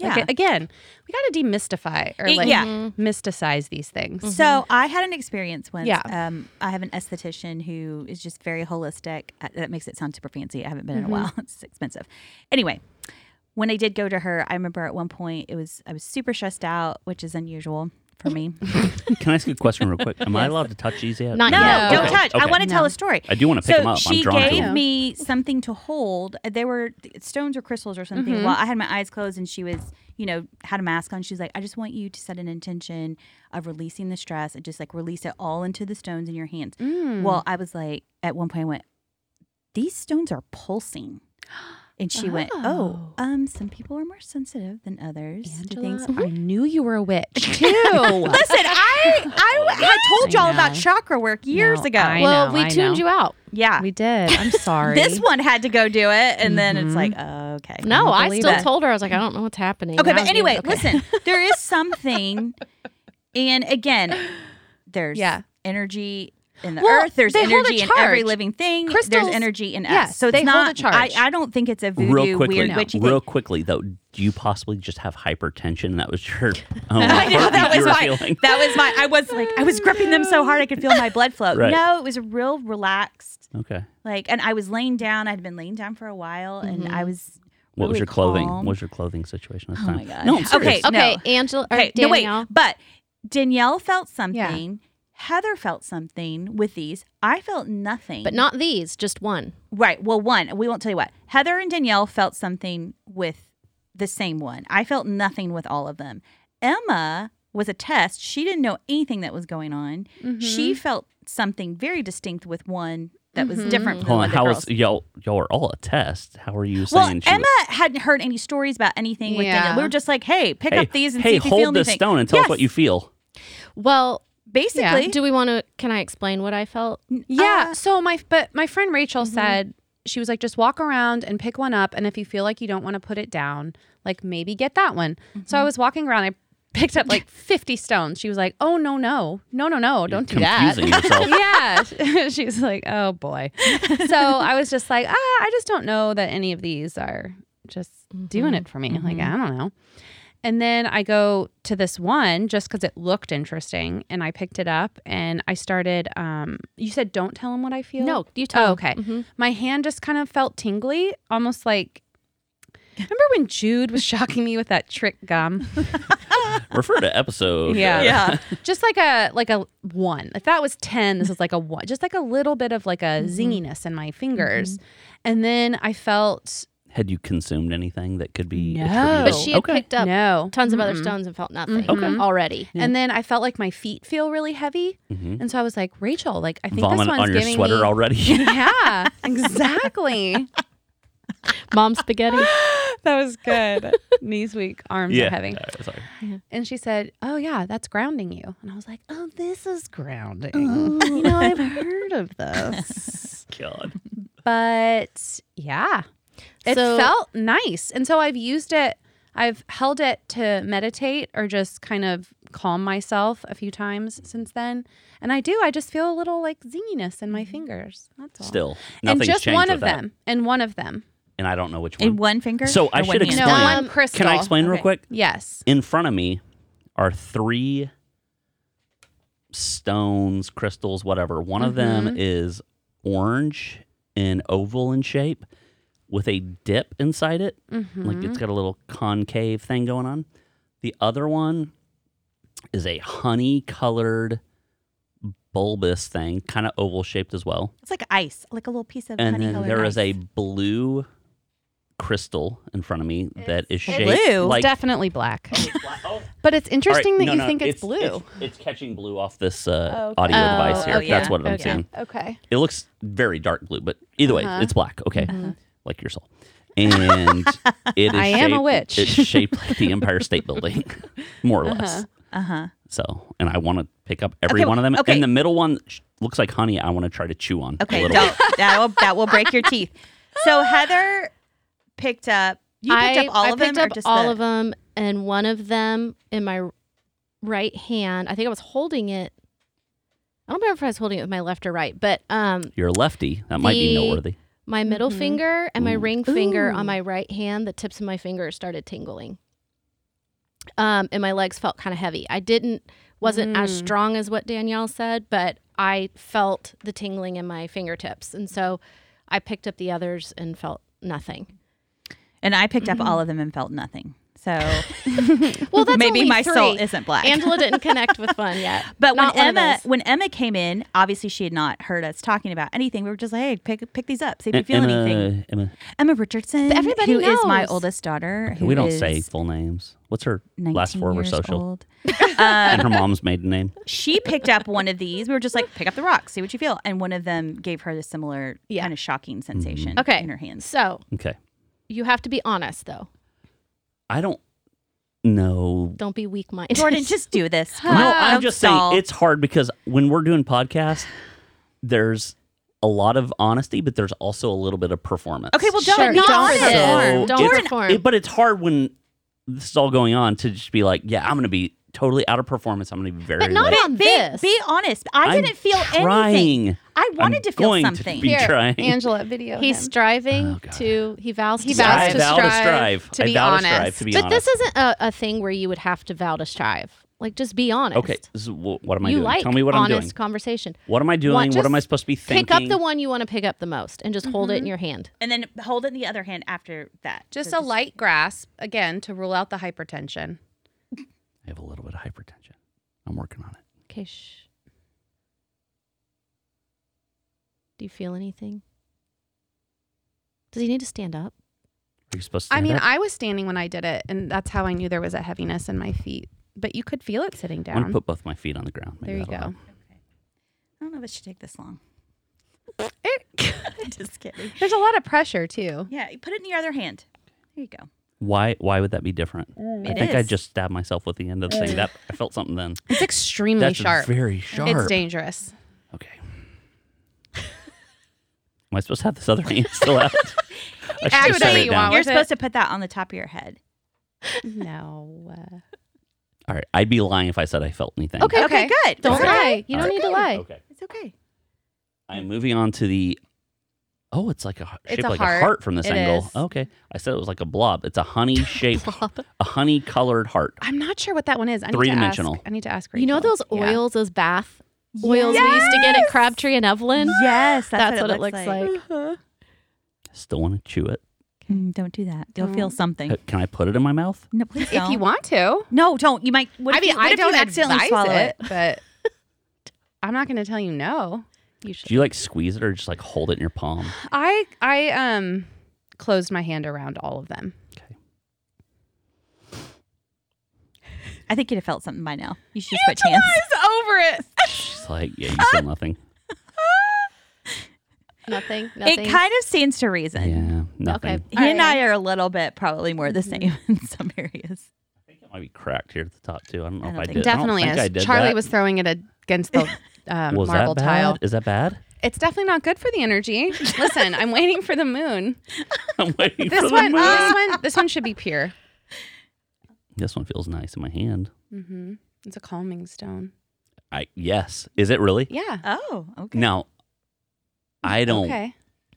S1: Like,
S3: Yeah.
S1: again, we got to demystify or
S3: Eh,
S1: like
S3: yeah.
S1: mysticize these things.
S3: So I had an experience once.
S1: Yeah.
S3: Um, I have an esthetician who is just very holistic. Uh, That makes it sound super fancy. I haven't been in a while. It's expensive. Anyway, when I did go to her, I remember at one point it was I was super stressed out, which is unusual for me.
S2: Can I ask you a question real quick? Am I allowed to touch these yet?
S4: Not
S3: No,
S4: Yeah.
S3: don't
S2: Okay,
S3: touch. I
S2: okay.
S3: want to tell a story.
S2: I do want to pick
S3: so
S2: them up.
S3: she
S2: I'm drawn to
S3: gave
S2: them.
S3: me something to hold. They were stones or crystals or something. Well, I had my eyes closed and she was, you know, had a mask on. She's like, I just want you to set an intention of releasing the stress and just like release it all into the stones in your hands. Well,
S1: Mm.
S3: I was like, at one point, I went, these stones are pulsing. And she went, Oh, um, some people are more sensitive than others to
S1: Angela,
S3: things.
S1: I knew you were a witch too.
S3: Listen, I I had told
S1: I
S3: y'all about
S1: know.
S3: chakra work years
S1: No,
S3: ago.
S1: I
S4: well,
S1: know,
S4: we
S1: I
S4: tuned
S1: know.
S4: you out.
S3: yeah.
S1: we did. I'm sorry. Mm-hmm.
S3: This one had to go do it, and then it's like, oh, okay.
S4: No, I
S1: believe
S4: still
S1: it.
S4: told her. I was like, I don't know what's happening.
S3: Okay,
S4: Now
S3: but
S4: you-
S3: anyway,
S4: okay.
S3: listen, there is something, and again, there's
S1: Yeah.
S3: energy in the
S1: Well,
S3: earth. There's
S1: they hold
S3: energy
S1: a
S3: in every
S1: charge.
S3: living thing.
S1: Crystals-
S3: there's energy in us.
S1: yes,
S3: so it's
S1: they hold
S3: not.
S1: a charge.
S3: I, I don't think it's a voodoo
S2: real quickly,
S3: weird
S1: No.
S3: witchy
S2: real
S3: thing.
S2: quickly though, do you possibly just have hypertension? and That was your own
S3: I
S2: heartbeat
S3: know that
S2: you
S3: was
S2: were
S3: my.
S2: feeling.
S3: That was my. I was like, I was gripping them so hard I could feel my blood flow.
S2: Right.
S3: No, it was a real relaxed.
S2: Okay.
S3: Like, and I was laying down. I'd been laying down for a while, and I was.
S2: Mm-hmm. What was
S3: really
S2: your clothing?
S3: calm.
S2: What was your clothing situation at the
S3: Oh
S2: time?
S3: my God.
S2: No, I'm
S3: Okay,
S2: serious.
S3: no.
S4: Okay, Angela. Or
S3: Okay, no,
S4: Danielle.
S3: wait. But Danielle felt something. Heather felt something with these. I felt nothing.
S4: But not these, just one.
S3: right. Well, one. We won't tell you what. Heather and Danielle felt something with the same one. I felt nothing with all of them. Emma was a test. She didn't know anything that was going on.
S1: Mm-hmm.
S4: Mm-hmm.
S3: She felt something very distinct with one that was different. From the
S2: Hold on.
S3: other
S2: How
S3: girls.
S2: was y'all? Y'all are all a test. How are you
S3: well,
S2: saying? she
S3: Emma
S2: was-
S3: hadn't heard any stories about anything with
S1: Yeah.
S3: Danielle. We were just like, "Hey, pick
S2: hey,
S3: up these and
S2: hey,
S3: see if you feel
S2: hold this
S3: anything."
S2: stone and tell us what you
S3: Yes,
S2: feel.
S4: Well,
S3: basically.
S4: do we want to? Can I explain what I felt?
S1: Yeah.
S3: Uh,
S1: so my but my friend Rachel said she was like, just walk around and pick one up, and if you feel like you don't want to put it down, like maybe get that one. So I was walking around. I picked up like 50 stones. She was like, oh no no no no no, don't do that.
S2: Confusing yourself.
S1: yeah, she was like, oh boy. So I was just like, ah, I just don't know that any of these are just doing it for me. Like I don't know. And then I go to this one just because it looked interesting, and I picked it up and I started. Um, you said, "Don't tell him what I feel."
S4: No, you tell.
S1: Oh,
S4: them.
S1: okay.
S4: Mhm.
S1: My hand just kind of felt tingly, almost like Remember when Jude was shocking me with that trick gum?
S2: Refer to episode.
S1: Yeah.
S2: uh,
S3: Yeah.
S1: just like a like a one. If that was ten, this was like a one. Just like a little bit of like a zinginess in my fingers, and then I felt
S2: Had you consumed anything that could be?
S1: No.
S2: attributed-
S4: But she had
S2: okay.
S4: picked up
S1: no
S4: tons of other
S3: Mm-hmm.
S1: Mm-mm.
S4: stones and felt nothing
S1: Okay.
S4: already.
S1: And then I felt like my feet feel really heavy,
S2: Mhm.
S1: and so I was like, Rachel, like I think this
S2: Vomit
S1: one's
S2: on your
S1: giving
S2: sweater
S1: me.
S2: already.
S1: yeah, exactly.
S4: Mom spaghetti.
S1: that was good. Knees weak, arms
S2: yeah.
S1: are heavy.
S2: Uh, sorry.
S1: And she said, "Oh yeah, that's grounding you." And I was like, "Oh, this is grounding. You know, I've heard of this,
S2: God.
S1: but yeah, it
S4: So-
S1: felt nice." And so I've used it. I've held it to meditate or just kind of calm myself a few times since then. And I do. I just feel a little like zinginess in my fingers. That's all.
S2: Still,
S1: and
S2: nothing's
S1: just
S2: changed
S1: one
S2: with
S1: of
S2: that,
S1: them. And one of them.
S2: and I don't know which one.
S3: In one finger?
S2: So I
S3: Or
S2: should
S3: one hand?
S1: No,
S2: Explain.
S1: one crystal.
S2: Can I explain real
S3: Okay.
S2: quick?
S1: Yes.
S2: In front of me are three stones, crystals, whatever. One of them is orange and oval in shape with a dip inside it.
S1: Mm-hmm.
S2: Like it's got a little concave thing going on. The other one is a honey colored bulbous thing, kind of oval shaped as well.
S3: It's like ice, like a little piece of
S2: And
S3: honey
S2: then
S3: colored
S2: there is
S3: ice.
S2: a blue crystal in front of me that is
S4: It's-
S2: shaped
S3: Blue?
S2: like Oh,
S1: Definitely black. But it's interesting that you think it's, blue.
S2: It's, it's catching blue off this uh,
S1: Oh, okay.
S2: audio
S4: Oh,
S2: device here.
S3: oh,
S2: That's
S3: yeah.
S2: what I'm
S4: Okay.
S2: saying.
S1: okay.
S2: It looks very dark blue, but either
S1: Uh-huh.
S2: way, it's black. Okay, like your soul. And it is
S1: I am a
S2: shaped-
S1: witch.
S2: It's shaped like the Empire State Building, more or less.
S3: uh-huh.
S2: So, and I want to pick up every
S3: Okay,
S2: one of them.
S3: okay.
S2: And the middle one sh- looks like honey. I want to try to chew on. a
S3: Okay,
S2: little
S3: don't. That will that will break your teeth. So Heather picked up. You picked
S4: I,
S3: up all
S4: I
S3: of
S4: picked
S3: them,
S4: up
S3: or just
S4: all
S3: the-
S4: of them, and one of them in my right hand. I think I was holding it. I don't remember if I was holding it with my left or right, but um,
S2: You're a lefty. That might be
S4: The-
S2: noteworthy.
S4: my middle
S3: Mm-hmm.
S1: Mhm.
S4: finger and my
S2: Ooh.
S4: ring finger
S1: Ooh.
S4: on my right hand, the tips of my fingers started tingling. Um, and my legs felt kind of heavy. I didn't wasn't as
S1: Mm.
S4: strong as what Danielle said, but I felt the tingling in my fingertips. And so I picked up the others and felt nothing.
S3: and I picked up all of them and felt nothing. So
S4: Well, that's
S3: maybe
S4: only
S3: my
S4: three.
S3: soul isn't black.
S4: Angela didn't connect with one yet.
S3: But when
S4: Not one of
S3: Emma
S4: those.
S3: when Emma came in, obviously she had not heard us talking about anything. We were just like, "Hey, pick pick these up, see if you
S2: And
S3: feel
S2: Emma,
S3: anything."
S2: Emma,
S3: Emma Richardson,
S4: But everybody
S3: who is my
S4: knows.
S3: oldest daughter, who
S2: we don't
S3: is
S2: say full names. What's her
S3: 19
S2: last four of her
S3: years
S2: social?
S3: old.
S2: And her mom's maiden name.
S3: she picked up one of these. We were just like, "Pick up the rock, see what you feel," and one of them gave her the similar
S4: Yeah.
S3: kind of shocking
S2: Mm-hmm.
S3: sensation
S4: Okay.
S3: in her hands.
S4: So
S2: Okay.
S4: you have to be honest, though.
S2: I don't know.
S4: Don't be weak minded.
S3: Jordan, just do this. Come
S2: No,
S3: on,
S2: I'm
S3: don't
S2: just
S3: stall.
S2: saying it's hard because when we're doing podcasts, there's a lot of honesty, but there's also a little bit of performance.
S3: Okay, well, don't
S4: Sure.
S3: be
S4: Don't
S3: honest.
S4: for this.
S2: So
S4: Don't
S2: it's-
S4: perform.
S2: it- but it's hard when this is all going on to just be like, yeah, I'm going to be totally out of performance. I'm going to be very.
S4: But not
S2: low.
S4: on
S3: Be,
S4: this.
S3: be honest. I
S2: I'm
S3: didn't feel
S2: trying.
S3: anything. I wanted
S2: I'm
S3: to feel
S2: going
S3: something.
S2: To be
S1: Here,
S2: trying.
S1: Angela, video.
S4: He's
S1: him.
S4: striving
S2: Oh, God.
S4: to. He vows.
S1: He
S4: to
S1: vows
S2: I
S1: to
S2: vow
S1: strive to
S2: I
S1: be
S2: vow to strive.
S1: honest.
S2: To be
S4: but
S2: honest.
S4: this isn't a, a thing where you would have to vow to strive. Like, just be honest.
S2: okay. This is, wh- what am I
S4: you
S2: doing?
S4: like
S2: Tell me what I'm
S4: honest
S2: doing.
S4: conversation.
S2: What am I doing?
S4: Want-
S2: what am I
S4: just
S2: supposed to be thinking? Mm-hmm.
S4: Pick up the one you want to pick up the most and just hold it in your hand.
S3: and then hold it in the other hand after that.
S1: Just a
S3: So
S1: light grasp, again, to rule out the hypertension.
S2: I have a little bit of hypertension. I'm working on it.
S4: Okay. Shh. Do you feel anything? Does he need to stand up?
S2: Are you supposed to?
S1: I
S2: stand
S1: mean,
S2: up?
S1: I was standing when I did it, and that's how I knew there was a heaviness in my feet. But you could feel it sitting
S2: I'm gonna
S1: down.
S2: put both my feet on the ground. Maybe
S1: there you go.
S2: that'll
S3: I don't know if it should take this long.
S1: It-
S3: just kidding.
S1: there's a lot of pressure, too.
S3: Yeah, you put it in your other hand. There you go.
S2: Why? Why would that be different? I
S3: It
S2: think I
S3: is.
S2: just stabbed myself with the end of the thing. That I felt something then.
S1: It's extremely
S2: That's
S1: sharp.
S2: very sharp.
S1: It's dangerous.
S2: okay. Am I supposed to have this other hand still out? I should
S1: Actually,
S2: just set it
S1: you
S2: down.
S1: want-
S3: You're
S1: with
S3: supposed to put that on the top of your head.
S1: No. uh,
S2: All right. I'd be lying if I said I felt anything.
S4: Okay,
S3: Okay, good.
S4: Don't
S3: It's okay.
S4: lie. You
S2: All
S4: don't
S2: right.
S4: need to lie.
S2: Okay.
S3: It's okay.
S2: I'm moving on to the. Oh, it's like a h-
S1: It's
S2: shaped
S1: a
S2: like a
S1: heart.
S2: heart from this
S1: It
S2: angle.
S1: is.
S2: Okay, I said it was like a blob. It's a honey shaped, a honey colored heart.
S1: I'm not sure what that one is. I need to
S2: Three-dimensional.
S1: ask- I need to ask Rachel.
S4: You know those
S1: Yeah.
S4: oils, those bath oils we used to get at Crabtree and Evelyn?
S3: Yes, that's,
S4: That's, what, it looks like.
S2: Still want to chew it.
S3: Mm, don't do that. You'll feel something.
S2: Uh, Can I put it in my mouth?
S3: No, please
S1: If
S3: don't.
S1: you want to.
S3: No, don't. You might. What
S1: I
S3: if
S1: mean,
S3: you, what
S1: I
S3: if you
S1: don't
S3: accidentally
S1: advise
S3: swallow
S1: it, but I'm not going to tell you no.
S4: You
S2: Do
S4: should.
S2: you like squeeze it or just like hold it in your palm?
S1: I I um closed my hand around all of them.
S3: I think you'd have felt something by now. You should just put hands.
S1: over it.
S2: She's like, yeah, you feel nothing.
S4: Nothing. Nothing.
S3: It kind of stands to reason.
S2: Yeah, nothing.
S4: Okay.
S3: He and I are a little bit probably more the same in some areas.
S2: I think it might be cracked here at the top too. I don't know
S3: I
S2: if
S3: don't
S2: I
S3: think
S2: did.
S1: Definitely
S2: I don't think I
S1: is.
S2: did
S1: Charlie
S2: that.
S1: was throwing it against the um,
S2: Was
S1: marble
S2: that bad?
S1: tile.
S2: Is that bad?
S1: It's definitely not good for the energy. Listen, I'm waiting for the moon.
S2: I'm waiting for
S1: This
S2: the
S1: one, uh.
S2: moon.
S1: this one, this one should be pure.
S2: This one feels nice in my hand.
S1: hmm It's a calming stone.
S2: I yes. Is it really?
S1: Yeah.
S3: Oh, okay.
S2: Now, I don't
S1: Okay.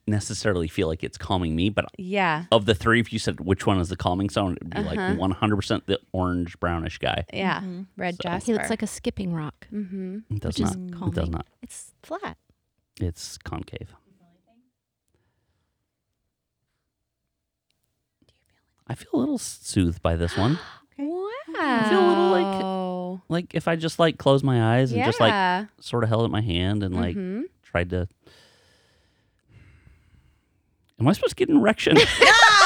S2: necessarily feel like it's calming me, but
S1: Yeah.
S2: of the three, if you said which one is the calming stone, it'd be
S1: Uh-huh.
S2: like 100% the orange brownish guy.
S1: Yeah.
S3: Mhm.
S1: Red
S2: Mm-hmm. So-
S1: jasper.
S4: He looks like a skipping rock,
S1: hmm
S2: It does
S4: which
S2: not.
S4: is
S2: It does
S4: calming.
S2: not.
S4: It's flat.
S2: It's concave. I feel a little soothed by this one.
S1: Wow.
S2: I feel a little like- like if I just like closed my eyes and just like
S1: Oh. yeah.
S2: sort of held it in my hand and like
S1: Mhm.
S2: tried to. Am I supposed to get an erection?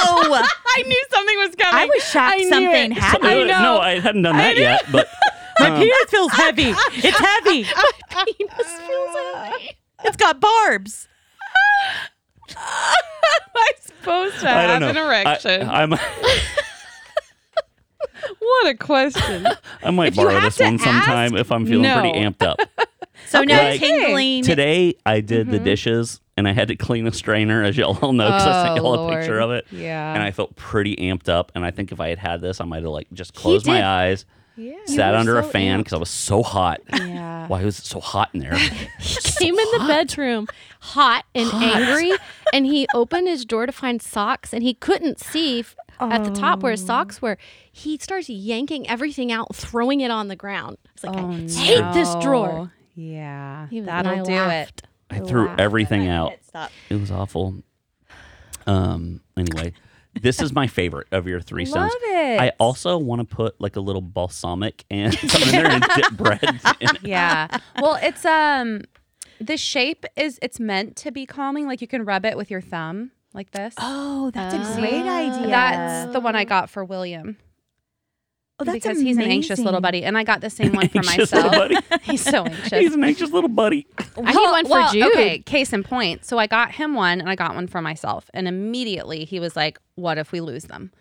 S3: No,
S1: I knew something was coming.
S3: I was shocked
S1: I knew
S3: something
S1: it.
S3: happened.
S1: I know.
S2: No, I hadn't done that yet, but um,
S3: feels heavy. It's heavy. It's got barbs.
S1: Am I supposed to
S2: I uh,
S1: have
S2: don't know.
S1: an erection?
S2: I, I'm,
S1: what a question.
S2: I might
S1: If you
S2: borrow
S1: have
S2: this
S1: to
S2: one sometime if I'm feeling pretty
S1: no.
S2: amped up.
S3: So no
S2: Like,
S3: tingling.
S2: Today I did the
S1: Mhm.
S2: dishes and I had to clean a strainer, as y'all all know, because I sent
S1: Oh,
S2: y'all
S1: Lord.
S2: a picture of it.
S1: Yeah.
S2: And I felt pretty amped up. And I think if I had had this, I might have like just
S4: He
S2: closed my
S4: did.
S2: eyes,
S1: yeah.
S2: sat
S4: were
S2: under a
S4: so
S2: fan
S4: amped.
S2: because I was so hot.
S1: yeah.
S2: Why was it so hot in there?
S4: He came in the bedroom hot and angry, and he opened his drawer to find socks, and he couldn't see f- at the top
S3: Oh.
S4: where his socks were. He starts yanking everything out, throwing it on the ground. It's like, I hate this drawer.
S1: Yeah.
S4: He was- and I
S1: Oh, That'll do it.
S4: laughed.
S2: I threw
S4: Wow.
S2: everything out.
S3: Stop.
S2: It was awful. Um. Anyway, this is my favorite of your three stones.
S1: Love it.
S2: I also want to put like a little balsamic and something in there and dip bread in it.
S1: yeah. Well, it's um the shape is it's meant to be calming like you can rub it with your thumb like this.
S3: Oh, that's
S4: Oh.
S3: a great idea.
S1: That's the one I got for William
S3: oh, that's
S1: because he's an anxious little
S3: amazing.
S1: buddy and I got the same one for
S2: Anxious little
S1: myself.
S2: buddy.
S1: He's so anxious.
S2: He's an anxious little buddy.
S4: I need one for Jude.
S1: Okay, case in point. So I got him one and I got one for myself. And immediately he was like, What if we lose them?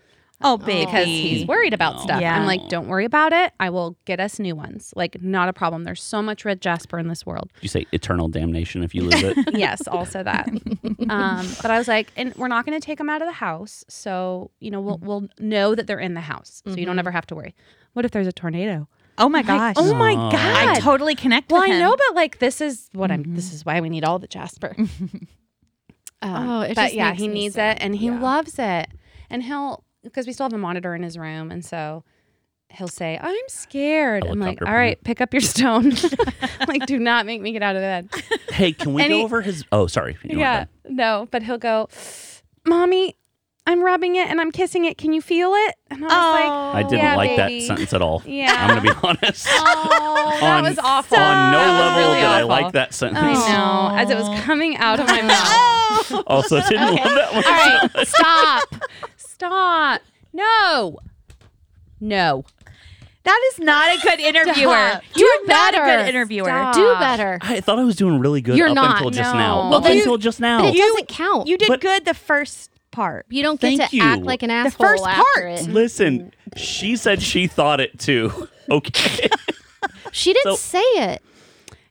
S3: Oh, baby.
S1: Because he's worried about
S2: No.
S1: stuff.
S3: Yeah.
S1: I'm like, Don't worry about it. I will get us new ones. Like, not a problem. There's so much red jasper in this world.
S2: You say eternal damnation if you lose it.
S1: Yes, also that. um, but I was like, And we're not going to take them out of the house. So, you know, we'll,
S3: Mm.
S1: we'll know that they're in the house. So you don't ever have to worry. What if there's a tornado?
S3: Oh my Mm-hmm. gosh.
S1: Oh my
S2: No.
S1: God.
S3: I totally connect
S1: Well,
S3: with
S1: I
S3: him.
S1: know, but like this is what I'm.
S4: Mm-hmm.
S1: This is why we need all the Jasper. Um,
S4: Oh, it
S1: but
S4: just
S1: yeah,
S4: makes
S1: he
S4: me
S1: needs
S4: sad.
S1: it, and he
S4: Yeah.
S1: loves it, and he'll because we still have a monitor in his room, and so he'll say, "I'm scared." I'm like,
S2: Helicopter
S1: "All right, pick up your stone." like, do not make me get out of bed.
S2: hey, can we
S1: And
S2: go
S1: he-
S2: over his? Oh, sorry. You weren't
S1: yeah,
S2: done.
S1: no, but he'll go, "Mommy, I'm rubbing it and I'm kissing it. Can you feel it?" And I was like,
S3: Oh.
S2: I didn't
S1: Yeah,
S2: like
S1: baby.
S2: that sentence at all.
S1: Yeah.
S2: I'm gonna be honest.
S1: "Oh, that
S2: On-
S1: was awful."
S2: On no
S1: That was
S2: level
S1: really
S2: did I
S1: awful.
S2: like that
S1: I
S2: sentence.
S1: know, as it was coming out of my mouth. Oh.
S2: Also, didn't love that one.
S1: All right, stop. Stop. No. No.
S3: That is not a good interviewer.
S4: Stop.
S3: You
S4: Do
S3: are not a
S4: better.
S3: good interviewer.
S1: Stop.
S4: Do
S1: Ah.
S4: better.
S2: I thought I was doing really good
S4: You're
S2: up
S4: not,
S2: until just
S1: no.
S2: now.
S1: Well,
S2: up
S1: then-
S2: until just now.
S4: But it doesn't count.
S3: You
S4: You,
S3: did
S2: But-
S3: good the first part.
S4: don't get
S2: Thank
S4: to
S2: you.
S4: act like an asshole
S3: first
S4: after
S3: part.
S4: it.
S2: Listen, she said she thought it too. Okay.
S4: She didn't
S2: So-
S4: say it.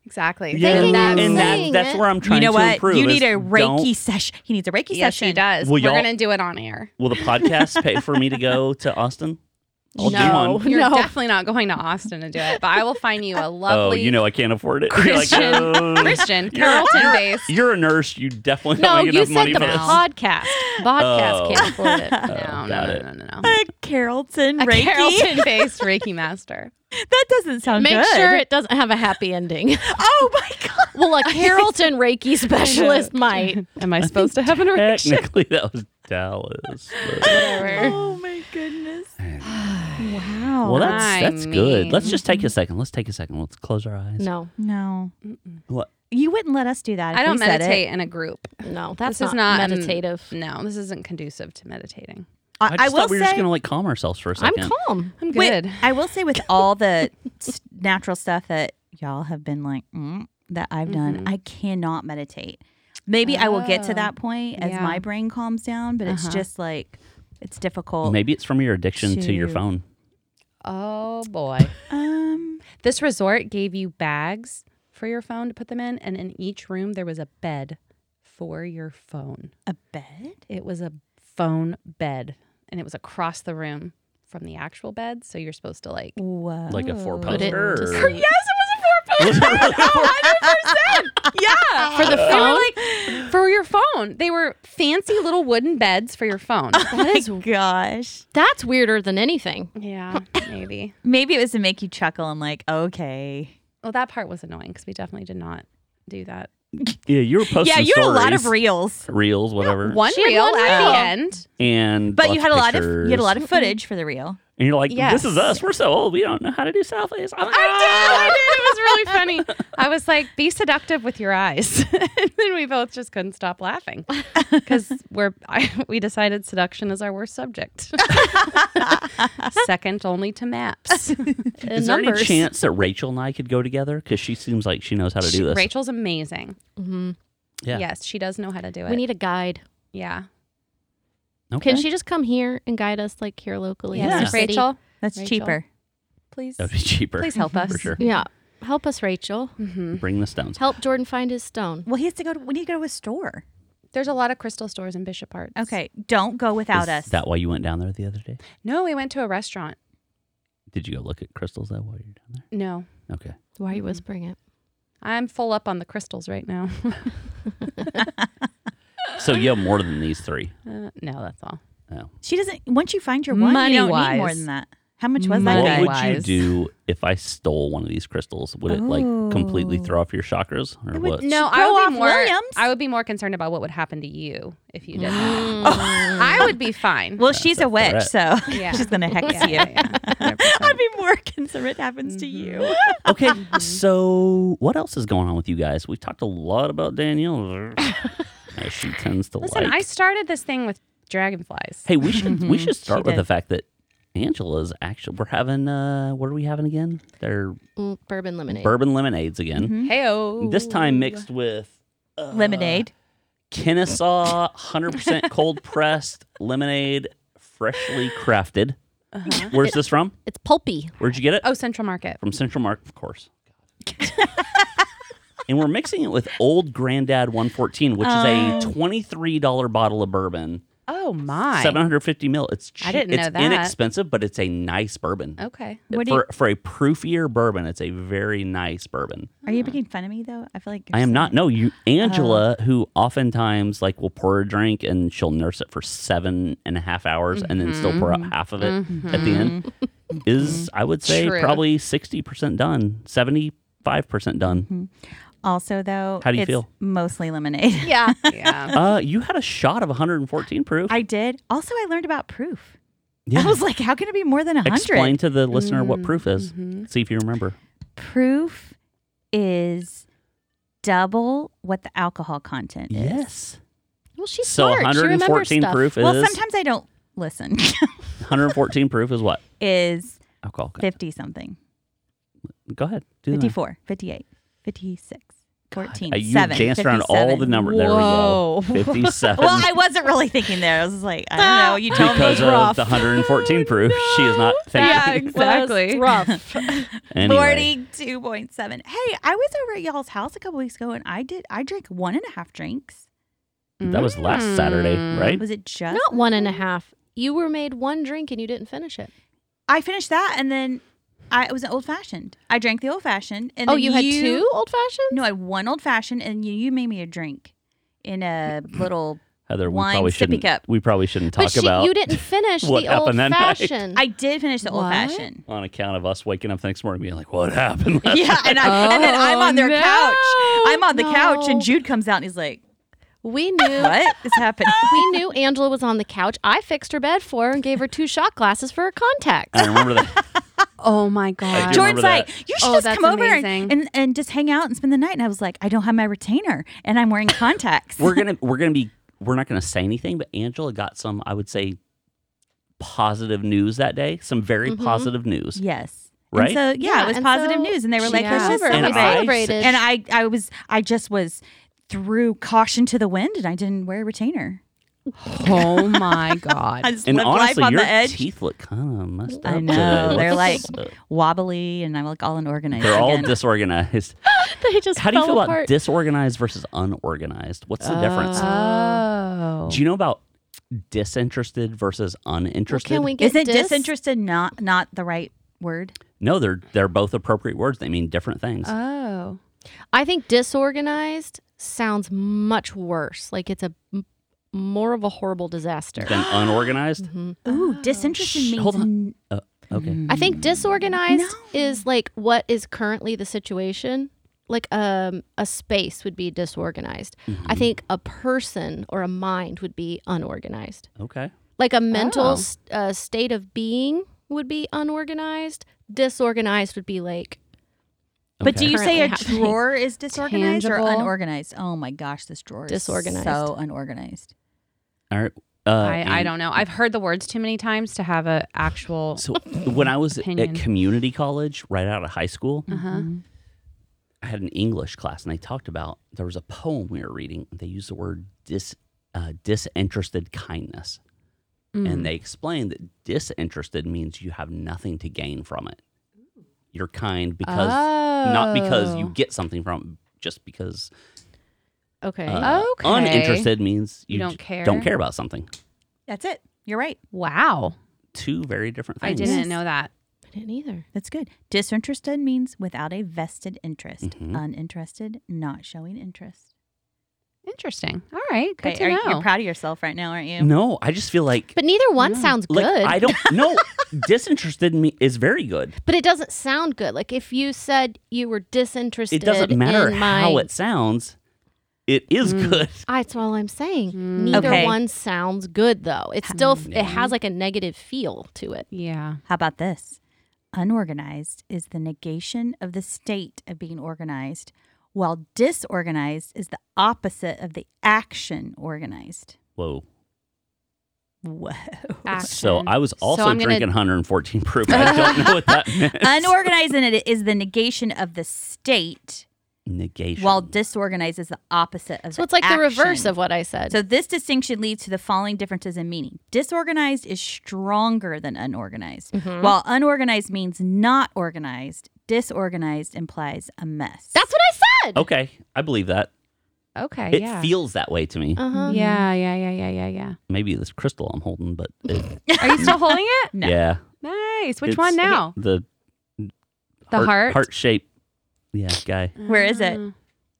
S1: Exactly.
S4: Yeah, Thinking
S1: that's
S4: and
S1: it.
S4: saying
S2: that, that's
S4: it.
S2: where I'm trying
S3: you know
S2: to
S3: what?
S2: improve.
S3: you need
S2: is
S3: a Reiki
S2: don't-
S3: session. He needs a Reiki
S1: Yes,
S3: session.
S1: she does.
S2: Well,
S1: We're
S2: y'all-
S1: gonna do it on air.
S2: Will the podcast pay for me to go to Austin? I'll do
S4: No.
S2: one.
S1: You're
S4: No.
S1: definitely not going to Austin to do it, but I will find you a
S2: Oh,
S1: lovely
S2: you know I can't afford it. You're
S1: Christian-
S2: like, "Oh."
S1: Christian, Carrollton based.
S2: You're a nurse. You definitely
S4: No,
S2: don't make
S4: you
S2: enough
S4: said
S2: money
S4: the
S2: for this.
S4: podcast. Podcast
S2: Oh.
S4: can't afford it.
S1: No,
S2: got
S1: no,
S2: it.
S1: no, no, no, no.
S3: Carrollton
S4: A
S3: Reiki.
S4: Carrollton-
S1: based Reiki master.
S3: that doesn't sound
S4: Make
S3: good.
S4: sure it doesn't have a happy ending.
S3: Oh my god.
S4: well, a Carrollton Reiki specialist might.
S1: Am I supposed to have an erection?
S2: Technically, that was Dallas. but-
S3: Oh my goodness. wow.
S2: well, that's
S1: I
S2: that's good. Let's
S1: mean-
S2: just take a second. Let's take a second. Let's close our eyes.
S4: No,
S3: no.
S2: What?
S3: You wouldn't let us do that. if
S1: I don't
S3: we said it.
S1: meditate in a group.
S4: no, that's
S1: This is
S4: not,
S1: not, um,
S4: meditative.
S1: No, this isn't conducive to meditating.
S2: I, just
S3: I, I will
S2: thought we were
S3: say.
S2: just gonna like calm ourselves for a
S4: I'm
S2: second.
S4: calm.
S1: I'm
S3: Wait,
S1: good.
S3: I will say with all the s- natural stuff that y'all have been like mm, that I've done, I cannot meditate. Maybe I will get
S1: Oh,
S3: to that point as
S1: yeah.
S3: my brain calms down, but it's
S1: Uh-huh.
S3: just like it's difficult.
S2: Maybe it's from your addiction to your
S3: Shoot.
S2: phone.
S1: oh boy.
S3: Um,
S1: This resort gave you bags for your phone to put them in, and in each room there was a bed for your phone.
S3: a bed.
S1: It was a phone bed, and it was across the room from the actual bed. So you're supposed to like.
S3: Whoa.
S2: Like a four
S4: Put it
S2: Sure.
S4: to sleep.
S2: Was it really for-
S1: Yeah, for the phone, like for your phone. They were fancy little wooden beds for your phone.
S4: That is,
S3: Gosh,
S4: that's weirder than anything.
S1: yeah, maybe.
S3: maybe it was to make you chuckle and like, okay.
S1: Well, that part was annoying because we definitely did not do that.
S2: yeah, you were posting.
S3: yeah, you had a lot of
S2: stories,
S3: reels,
S2: reels, whatever.
S1: One
S4: She had
S1: reel
S4: one
S1: at
S4: reel.
S1: the end.
S2: and
S3: but you had a lot of
S2: pictures.
S3: you had a lot of footage for the reel.
S2: and you're like,
S1: Yes.
S2: this is us. We're so old. We don't know how to do selfies. I'm "Ah."
S1: I did. I did. It was really funny. I was like, be seductive with your eyes. and then we both just couldn't stop laughing because we're, I, we decided seduction is our worst subject. Second only to maps.
S4: Uh,
S2: Is there
S4: numbers.
S2: any chance that Rachel and I could go together? Because she seems like she knows how to do this.
S1: Rachel's amazing.
S4: Mhm.
S2: Yeah.
S1: Yes, she does know how to do it.
S4: We need a guide.
S1: yeah.
S2: Okay.
S4: Can she just come here and guide us like here locally? in
S1: Yes,
S4: our
S2: Yeah.
S4: city?
S1: Rachel,
S3: That's
S1: Rachel.
S3: cheaper.
S1: please,
S2: That'd be cheaper.
S1: please help us.
S2: For sure.
S4: Yeah. Help us, Rachel.
S1: hmm
S2: Bring the stones.
S4: Help Jordan find his stone.
S3: Well, he has to go. To, we need to go to a store.
S1: There's a lot of crystal stores in Bishop Arts.
S3: Okay, don't go without
S2: Is
S3: us.
S2: that why you went down there the other day?
S1: No, we went to a restaurant.
S2: Did you go look at crystals though while you're down
S1: No,
S2: there? Okay.
S4: Why are you whispering it?
S1: I'm full up on the crystals right now.
S2: So you have more than these three.
S1: Uh, no, that's all.
S2: Oh.
S3: She doesn't. Once you find your one, you don't need more
S1: Money-wise.
S3: than that. How much was
S1: Money-
S3: that? guy?
S2: What would
S1: Money-wise.
S2: you do if I stole one of these crystals? Would it like completely
S3: Oh.
S2: throw off your chakras or
S3: It would-
S2: what?
S1: No,
S3: Just
S1: I
S3: go
S1: would
S3: off
S1: be more.
S3: Williams.
S1: I would be more concerned about what would happen to you if you did that.
S4: Mm.
S1: Oh, I would be fine.
S3: Well, she's
S2: a
S3: a witch, so
S1: Yeah.
S3: she's gonna hex
S1: Yeah,
S3: you.
S1: yeah, yeah.
S3: I'd be more concerned if it happens to you.
S2: Okay. So what else is going on with you guys? We've talked a lot about Danielle. as she tends to
S1: Listen,
S2: like.
S1: I started this thing with dragonflies.
S2: Hey, we should we should start with
S3: did.
S2: the fact that Angela's actually we're having uh what are we having again? They're
S4: Mm, Bourbon lemonade.
S2: bourbon lemonades again.
S1: Heyo.
S2: This time mixed with uh,
S3: Lemonade.
S2: Kennesaw 100% cold pressed lemonade freshly crafted.
S1: Uh-huh.
S2: Where's this from?
S4: It's pulpy.
S2: Where'd you get it?
S1: Oh, Central Market.
S2: From Central Mark, of course. and we're mixing it with Old Grandad 114, which
S1: Um,
S2: is a $23 bottle of bourbon.
S1: Oh my.
S2: 750 mil. It's cheap.
S1: I didn't
S2: it's
S1: know that. Oh,
S2: inexpensive, but it's a nice bourbon.
S1: Okay.
S3: What do
S2: For, for a proofier bourbon, it's a very nice bourbon.
S3: Are
S1: Mm.
S3: you making fun of me though? I feel like
S2: I am not. No, you Angela, who oftentimes like will pour a drink and she'll nurse it for seven and a half hours and then still pour out half of it
S1: Mm-hmm.
S2: at the end, is I would say
S1: True.
S2: probably sixty percent done, seventy five percent done.
S3: Mm-hmm. Also, though,
S2: How do you
S3: it's
S2: feel?
S3: Mostly lemonade.
S4: Yeah.
S1: Yeah.
S2: Uh, you had a shot of one hundred and fourteen proof.
S3: I did. Also, I learned about proof.
S2: Yeah.
S3: I was like, how can it be more than a
S2: Explain
S3: hundred?
S2: to the listener
S1: Mm-hmm.
S2: what proof is. See if you remember.
S3: Proof is double what the alcohol content is.
S2: Yes.
S4: Well, she's
S2: So
S4: smart. She remembers
S2: 114
S4: stuff.
S2: proof is
S3: Well, sometimes I don't listen.
S2: 114 proof is what?
S3: is
S2: Alcohol. content.
S3: fifty something.
S2: Go ahead. Do the math.
S3: 54, 58, 56, 14,
S2: Uh, You
S3: 7,
S2: danced around all
S3: 57.
S2: the numbers. There we go.
S1: Whoa.
S2: 57.
S3: Well, I wasn't really thinking there. I was like, I don't know. You told
S2: because
S3: me.
S2: of the 114
S4: Oh
S2: proof, she is not faking.
S1: Yeah, exactly.
S4: rough.
S2: anyway,
S3: 42.7. Hey, I was over at y'all's house a couple weeks ago and I did, I drank one and a half drinks.
S2: that was
S1: Mm-hmm.
S2: last Saturday, right?
S3: Was it just?
S4: Not one and a half. You were made one drink and you didn't finish it.
S3: I finished that and then I it was an old fashioned. I drank the old fashioned. and
S4: oh,
S3: then
S4: you, had two old fashions?
S3: No, I had one old fashioned and you, you made me a drink in a little
S2: Heather, we
S3: Wine
S2: probably
S3: sippy
S2: shouldn't.
S3: cup.
S2: We probably shouldn't talk
S4: but she,
S2: about
S4: you didn't finish
S2: what
S4: the old
S2: happened that night.
S4: fashioned.
S3: I did finish the old
S1: What?
S3: fashioned.
S2: on account of us waking up the next morning being like, "What happened?" last
S3: Yeah, and, I, and then I'm
S4: Oh,
S3: on their
S4: no.
S3: couch. I'm on the couch,
S4: No.
S3: and Jude comes out and he's like,
S4: we knew
S3: "What is happening?"
S4: we knew Angela was on the couch. I fixed her bed for her and gave her two shot glasses for her contacts.
S2: I remember that.
S1: Oh my
S2: I
S1: god.
S2: do
S3: Jordan's
S2: remember
S3: like,
S2: that.
S3: "You should
S1: Oh,
S3: just
S1: that's
S3: come over and,
S1: amazing.
S3: and and just hang out and spend the night." And I was like, "I don't have my retainer, and I'm wearing contacts."
S2: We're gonna we're gonna be we're not gonna say anything, but Angela got some I would say positive news that day, some very positive news,
S3: yes, Mm-hmm. And
S2: right?
S3: so yeah,
S4: Yeah,
S3: it was
S4: and
S3: positive
S4: so
S3: news, and they were
S4: she
S3: like, "Let's
S4: came
S3: just
S4: over and
S2: And
S4: we
S2: I-
S3: celebrate."
S4: celebrated.
S3: And I, I was, I just was threw caution to the wind, and I didn't wear a retainer.
S1: Oh my god.
S3: I just
S2: and
S3: lived
S2: honestly,
S3: life on
S2: your
S3: the edge.
S2: teeth look kind of messed up.
S3: I
S2: today.
S3: know. They're
S2: What's-
S3: wobbly and I'm like all unorganized.
S2: they're all
S3: again.
S2: disorganized.
S4: they just
S2: Uh, How do you
S4: fell
S2: feel about
S4: apart.
S2: disorganized versus unorganized? What's the difference?
S1: Oh.
S2: Do you know about disinterested versus
S4: Well,
S2: uninterested?
S4: can we get
S3: Isn't
S4: dis-
S3: disinterested not not the right word?
S2: no, they're they're both appropriate words. They mean different things.
S1: Oh.
S4: I think disorganized sounds much worse. Like it's a m- more of a horrible disaster. Mm-hmm.
S2: Then unorganized.
S3: Ooh, disinterested
S2: Shh,
S3: means
S2: hold on.
S3: n-
S2: Uh,
S3: Hmm.
S2: okay.
S4: I think disorganized
S3: No.
S4: is like what is currently the situation. Like um, a space would be disorganized.
S2: Mm-hmm.
S4: I think a person or a mind would be unorganized.
S2: Okay.
S4: Like a mental
S1: Oh.
S4: s- uh, state of being would be unorganized. Disorganized would be like
S3: But do
S2: Okay.
S3: you say a
S4: Currently happening.
S3: drawer is disorganized or
S1: Tangible.
S3: unorganized? Oh my gosh, this drawer is
S4: Disorganized.
S3: so unorganized.
S2: All right. Uh,
S1: I, I
S2: and
S1: don't know. I've heard the words too many times to have a actual
S2: So when I was
S1: Opinion.
S2: at community college, right out of high school,
S1: uh-huh.
S3: Hmm.
S2: I had an English class, and they talked about there was a poem we were reading. They used the word dis uh, disinterested kindness, Mm-hmm.
S1: Mm.
S2: and they explained that disinterested means you have nothing to gain from it. You're kind because not because you
S1: Oh.
S2: get something from it, just because
S4: okay.
S2: uh,
S1: Okay.
S2: uninterested means you,
S1: You don't
S2: j-
S1: care?
S2: don't care about something.
S3: That's it. You're right.
S1: Wow.
S2: Two very different
S1: I
S2: things.
S1: didn't know that.
S4: I didn't either.
S3: That's good. Disinterested means without a vested interest.
S2: Mhm.
S3: Uninterested, not showing interest.
S1: Interesting. All right. Good
S3: Okay,
S1: to
S3: are-
S1: know.
S3: you're proud of yourself right now, aren't you?
S2: No, I just feel like
S4: But neither one sounds good.
S2: Like, I don't know. disinterested me is very good.
S4: but it doesn't sound good. Like if you said you were disinterested,
S2: It doesn't matter
S4: in my,
S2: how it sounds. It is
S1: Mm.
S2: good.
S4: I, that's all I'm saying.
S3: Hmm.
S4: Neither
S3: Okay.
S4: one sounds good though. It still f it has like a negative feel to it.
S1: yeah.
S3: How about this? Unorganized is the negation of the state of being organized, while disorganized is the opposite of the action organized.
S2: Whoa.
S3: Whoa.
S2: So
S1: Action.
S2: I was
S1: So
S2: also
S1: I'm gonna-
S2: drinking 114 proof. I don't know what that meant.
S3: Unorganized in it is the negation of the state,
S2: Negation.
S3: while disorganized is the opposite of
S4: So
S3: the
S4: it's like the reverse
S3: action.
S4: of what I said.
S3: So this distinction leads to the following differences in meaning. Disorganized is stronger than unorganized,
S4: Mm-hmm.
S3: while unorganized means not organized. Disorganized implies a mess.
S4: that's what I said.
S2: okay, I believe that.
S1: Okay.
S2: It
S1: Uh, yeah. Uh.
S2: feels that way to me.
S4: Uh-huh.
S1: yeah. Yeah. Yeah. Yeah. Yeah. Yeah.
S2: Maybe this crystal I'm holding, but it,
S1: Are you still holding it?
S3: No.
S2: yeah.
S1: Nice. Which
S2: It's
S1: one now?
S2: The
S1: The heart?
S2: heart shape. Yeah, guy
S3: Where is it?
S1: Uh,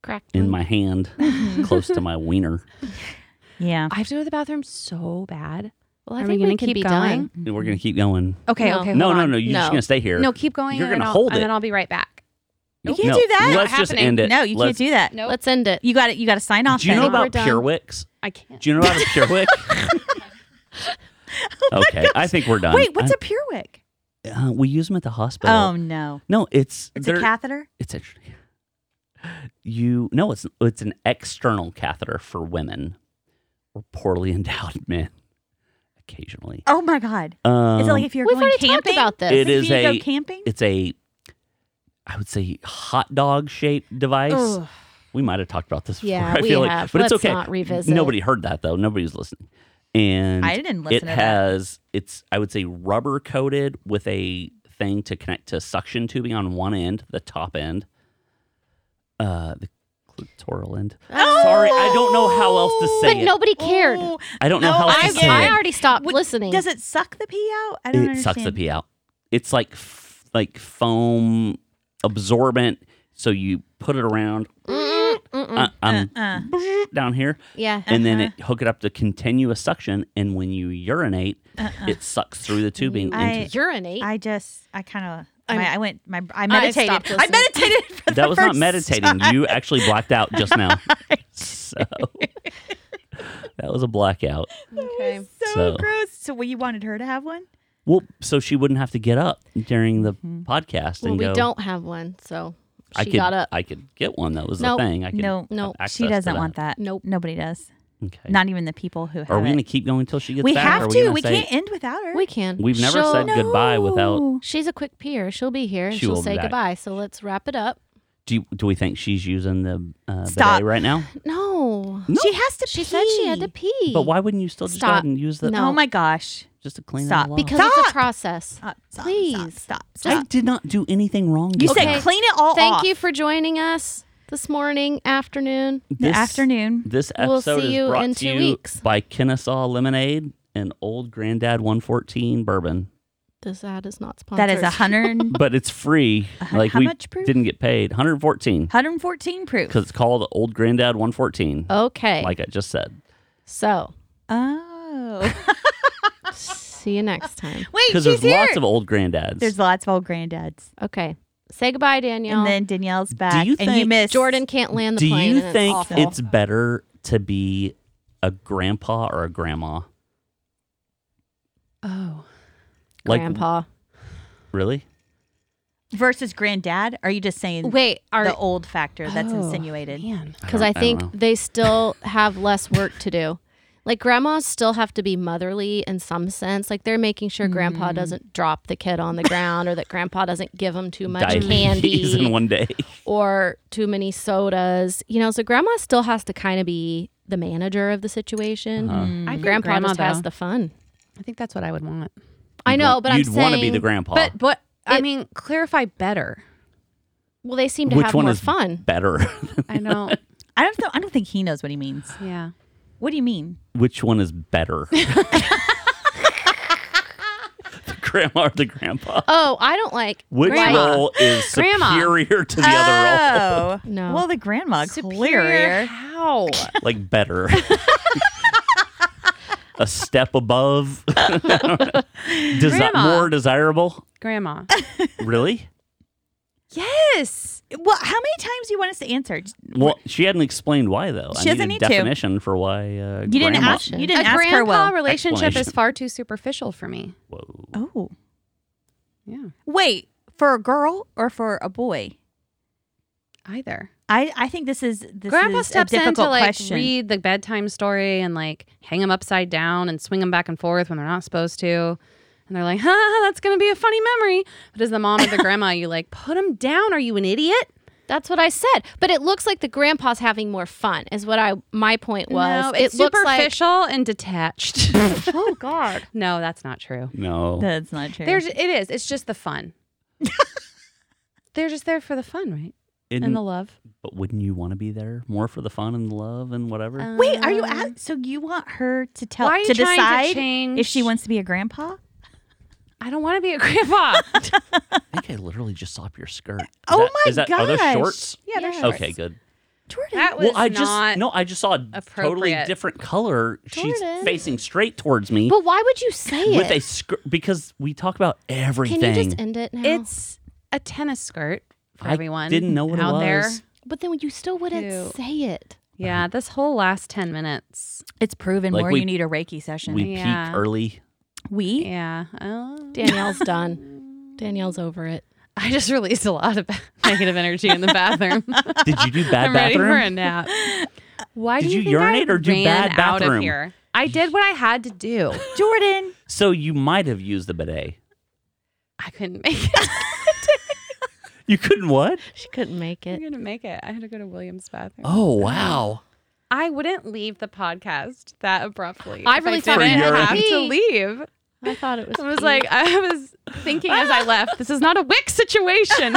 S4: Correct.
S3: Mm-hmm.
S2: in my hand, close to my wiener.
S3: Yeah.
S1: I have to go to the bathroom so bad.
S4: Well,
S1: Are
S4: I
S1: we
S4: think
S1: gonna
S4: we can
S1: keep
S4: be
S1: going?
S4: done.
S2: And We're gonna keep going.
S1: Okay.
S4: No.
S1: Okay.
S2: no,
S1: hold
S2: no,
S1: on.
S2: no. You're
S4: No.
S2: just gonna stay here.
S1: No, keep going.
S2: You're
S1: and
S2: gonna
S1: I'll-
S2: hold
S1: and
S2: it.
S1: then I'll be right back.
S3: You can't do that.
S2: Let's
S1: Not
S2: just
S1: happening.
S2: end it.
S3: No, you
S2: Let's-
S3: can't do that.
S1: Nope.
S4: Let's end it.
S3: You got it. You got to sign off.
S2: Do you
S3: then.
S2: know
S4: I think we're
S2: about
S4: done.
S2: Purewicks?
S1: I can't.
S2: Do you know about a Purewick?
S3: Oh
S2: okay, I think we're done.
S3: Wait, what's
S2: I,
S3: a pure wick?
S2: Uh, we use them at the hospital.
S3: Oh no,
S2: no, it's
S3: it's
S2: they're-
S3: a catheter.
S2: It's a, you no, it's it's an external catheter for women or poorly endowed men. Occasionally,
S3: Oh my god,
S2: um,
S3: is it like if you're
S4: We've
S3: going
S4: already
S3: camping?
S4: talked about this.
S2: It
S3: Like if
S2: is
S3: you
S2: a-
S3: go camping.
S2: it's a, I would say hot dog shaped device.
S3: Ugh.
S2: We might have talked about this. Before,
S4: Yeah,
S2: I
S4: we
S2: feel like,
S4: have.
S2: but
S4: Let's
S2: it's okay.
S4: not revisit.
S2: Nobody heard that though. Nobody's listening. And
S3: I didn't listen
S2: It
S3: to that.
S2: has it's I would say rubber coated with a thing to connect to suction tubing on one end, the top end, uh, the clitoral end. Sorry, I don't know how else to say
S4: But
S2: it.
S4: nobody cared.
S3: Oh,
S2: I don't know how else
S4: I,
S2: to
S3: get
S2: say
S4: I
S3: it.
S4: already stopped
S3: What-
S4: listening.
S3: Does it suck the pee out? I
S2: it.
S3: don't
S2: It
S3: understand.
S2: sucks the pee out. It's like f- like foam absorbent. So you put it around.
S4: Mm-mm.
S2: I,
S4: Mm,
S2: I'm
S3: Uh,
S2: down here.
S4: Yeah.
S2: And then
S3: Uh-huh.
S2: it hook it up to continuous suction, and when you urinate, it sucks through the tubing.
S3: I-
S2: into,
S4: Urinate.
S3: uh-uh. I just, I kind of,
S4: I'm-
S3: I went, my, I
S4: I've
S3: meditated.
S4: stopped
S3: I
S4: listening.
S3: meditated. For the
S2: that was not
S3: first
S2: meditating.
S3: time.
S2: You actually blacked out just now. so that was a blackout.
S4: okay.
S3: so,
S2: So-
S3: gross. So, well, you wanted her to have one?
S2: Well, so she wouldn't have to get up during the
S3: Mm-hmm.
S2: podcast
S4: Well,
S2: and
S4: we
S2: go.
S4: don't have one, so she
S2: I could,
S4: got up.
S2: I could get one. That was
S4: Nope.
S2: the thing. I could
S3: No,
S4: Nope.
S2: have
S3: she
S2: access to
S3: doesn't want that.
S4: Nope.
S3: Nobody does.
S2: Okay.
S3: Not even the people who have
S2: Are we
S3: it.
S2: going to keep going until she gets
S3: we
S2: back? Are
S3: have to.
S2: gonna
S3: We
S2: say-
S3: can't end without her.
S4: we can.
S2: We've never
S4: She'll-
S2: said goodbye without.
S3: No.
S4: She's a quick peer. She'll be here and
S2: She
S4: she will
S2: will be
S4: say
S2: back.
S4: goodbye. So let's wrap it up.
S2: Do you, do we think she's using the uh,
S3: Stop.
S2: bidet right now?
S4: No.
S3: She has to
S4: She
S3: pee.
S4: said she had to pee.
S2: But why wouldn't you still just go
S4: Stop.
S2: ahead and use the
S4: No.
S3: Oh my gosh.
S2: just to clean
S3: Stop.
S2: it all up?
S4: Because it's a
S3: Stop.
S4: process.
S3: Stop, stop,
S4: Please.
S3: Stop. stop,
S2: I
S3: stop.
S2: did not do anything wrong.
S3: you
S2: today.
S4: Okay.
S3: said clean it all
S4: Thank
S3: off.
S4: you for joining us this morning, afternoon.
S3: The
S2: This-
S3: afternoon.
S2: This
S4: We'll
S2: episode
S4: see
S2: is
S4: you
S2: brought
S4: in
S2: to
S4: two
S2: you
S4: weeks.
S2: by Kennesaw Lemonade and Old Granddad 114 Bourbon.
S4: This ad is not sponsored.
S3: That is a hundred.
S2: But it's free.
S4: Uh,
S3: hun-
S2: like
S3: how
S2: we
S3: much proof?
S2: didn't get paid. 114
S3: 114 proof.
S2: because it's called Old Granddad 114.
S4: Oh. Okay.
S2: Like I just said.
S4: so
S3: Oh.
S4: see you next time.
S3: Wait,
S2: Because there's
S3: she's here.
S2: lots of old granddads.
S3: There's lots of old granddads.
S4: Okay. Say goodbye, Danielle.
S3: And then Danielle's back.
S2: you
S3: and you
S2: think-
S3: missed
S4: Jordan can't land the
S2: Do
S4: plane.
S2: you
S4: and
S2: think
S4: it's, awful.
S2: it's better to be a grandpa or a grandma?
S1: Oh,
S2: Like,
S4: grandpa?
S2: Really?
S3: versus granddad? Are you just saying
S4: Wait,
S3: the
S4: are
S3: old factor that's
S1: Oh,
S3: insinuated?
S1: Man.
S4: because
S2: don't-
S4: I,
S2: I don't
S4: think
S2: know.
S4: they still have less work to do. Like grandmas still have to be motherly in some sense. Like they're making sure
S1: Mm-hmm.
S4: grandpa doesn't drop the kid on the ground or that grandpa doesn't give him too much
S2: Diabetes
S4: candy
S2: in one day.
S4: or too many sodas. You know, so grandma still has to kind of be the manager of the situation.
S2: Uh-huh.
S1: I think
S4: Grandpa
S1: Mm-hmm. grandma,
S4: just has
S1: though.
S4: the fun.
S1: I think that's what I would want.
S4: I
S2: You'd
S4: know,
S2: want-
S4: but I'm
S2: you'd
S4: saying
S2: want to be the grandpa.
S1: But but I
S4: It-
S1: mean, clarify better.
S4: Well, they seem to
S2: Which
S4: have
S2: one
S4: more
S2: is
S4: fun.
S2: better?
S1: I don't.
S3: I don't know. I don't think he knows what he means.
S1: yeah.
S3: What do you mean?
S2: Which one is better? the grandma or the grandpa?
S4: Oh, I don't like
S2: Which
S4: grandma.
S2: role is
S1: Grandma.
S2: superior to the other role?
S3: Oh.
S4: No.
S3: Well, the
S1: Uh,
S3: grandma
S4: Superior
S3: clearer.
S4: How?
S2: Like better. A step above. Desi-
S1: Grandma.
S2: More desirable?
S1: Grandma.
S2: Really?
S3: Yes. Well, how many times do you want us to answer?
S2: Well, she hadn't explained why though.
S3: She
S2: I
S3: doesn't
S2: need a
S3: need to.
S2: definition for why. Uh,
S3: You didn't
S2: grandma-
S3: ask. You
S4: A
S3: didn't
S1: a
S3: ask
S1: grandpa
S3: her well.
S1: relationship is
S2: Explanation.
S1: far too superficial for me.
S2: Whoa.
S3: Oh,
S1: Yeah.
S3: wait. For a girl or for a boy?
S1: Either.
S3: I, I think this is this
S1: Grandpa
S3: is
S1: steps
S3: a
S1: in
S3: difficult
S1: to like
S3: question.
S1: read the bedtime story and like hang them upside down and swing them back and forth when they're not supposed to. And they're like, huh, that's going to be a funny memory. But as the mom or the grandma, you like, put them down. Are you an idiot?
S4: That's what I said. But it looks like the grandpa's having more fun. Is what I my point was.
S1: no, it's
S4: it looks like
S1: superficial and detached. oh, God. No, that's not true.
S2: No.
S3: That's not true.
S1: There's, it is. It's just the fun. they're just there for the fun, right?
S2: Isn't-
S1: And the love.
S2: but wouldn't you want to be there more for the fun and love and whatever?
S1: Uh,
S3: Wait, are you at, so you want her to tell
S1: Um, Why are you
S3: to
S1: trying to
S3: decide
S1: change-
S3: if she wants to be a grandpa?
S1: I don't want to be a grandpa.
S2: I think I literally just saw up your skirt. Is
S3: Oh
S2: that-
S3: my
S2: is that, Are those
S3: gosh.
S2: shorts?
S1: yeah, they're
S4: Yes.
S1: shorts.
S2: Okay, good.
S3: Jordan.
S1: That was
S2: Well, I
S1: not.
S2: just no, I just saw a totally
S1: appropriate.
S2: different color. She's
S4: Jordan.
S2: facing straight towards me
S4: But why would you say
S2: with a
S4: it?
S2: skirt because we talk about
S4: Can
S2: everything.
S4: you just end it now?
S1: It's a tennis skirt for
S2: I
S1: everyone.
S2: didn't know what it
S1: out there.
S2: was.
S4: but then you still wouldn't
S1: Ew.
S4: say it.
S1: Yeah, this whole last ten minutes.
S3: It's proven
S2: Like
S3: more
S2: we-
S3: you need a Reiki session.
S2: we
S3: We,
S1: Yeah.
S2: peak early.
S1: Yeah, oh.
S4: Danielle's done. Danielle's over it.
S1: I just released a lot of ba- negative energy in the bathroom.
S2: Did you do bad
S1: I'm ready
S2: bathroom?
S1: for a nap. Why
S2: Did
S1: do you,
S2: you
S1: think I
S2: urinate or do
S1: ran
S2: bad
S1: out of
S2: bathroom?
S1: here? I did what I had to do.
S3: Jordan.
S2: So you might have used the bidet.
S1: I couldn't make it.
S2: You couldn't what?
S4: She couldn't make
S1: I
S4: it.
S1: couldn't make it. I had to go to Williams bathroom.
S2: Oh wow.
S1: I wouldn't leave the podcast that abruptly.
S4: I
S1: if
S4: really
S1: I
S4: thought
S1: didn't
S2: you were
S1: have to
S4: happy.
S1: leave.
S4: I thought it was.
S1: I was
S4: pee.
S1: like, I was thinking as I left, this is not a wick situation.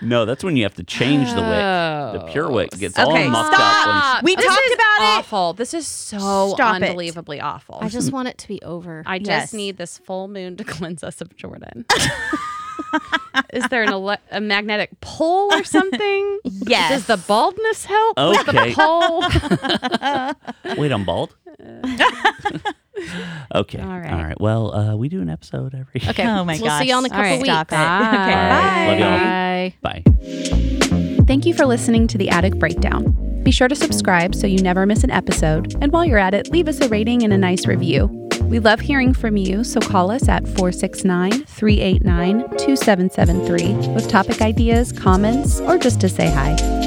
S2: No, that's when you have to change the wick. The pure wick gets all
S3: Oh. Okay,
S2: mucked up.
S1: Oh. Stop.
S3: We
S1: This
S3: talked
S1: is
S3: about it.
S1: Awful. This is so
S3: Stop it.
S1: unbelievably awful.
S4: I just want it to be over.
S1: I just
S3: Yes.
S1: need this full moon to cleanse us of Jordan. Is there an ele- a magnetic pole or something?
S3: Yes.
S1: Does the baldness help? with
S2: Okay.
S1: The pole.
S2: Wait, I'm bald. okay. All
S1: All
S2: right.
S1: right.
S2: Well, uh, we do an episode every.
S4: Okay.
S3: Oh my
S4: we'll see y'all in a
S3: gosh.
S4: couple
S3: All right, stop
S4: weeks.
S3: it. Okay,
S2: Bye. Love y'all.
S4: Bye.
S2: Bye.
S1: Thank you for listening to the Attic Breakdown. Be sure to subscribe so you never miss an episode. And while you're at it, leave us a rating and a nice review. We love hearing from you, so call us at 469 389 2773 with topic ideas, comments, or just to say hi.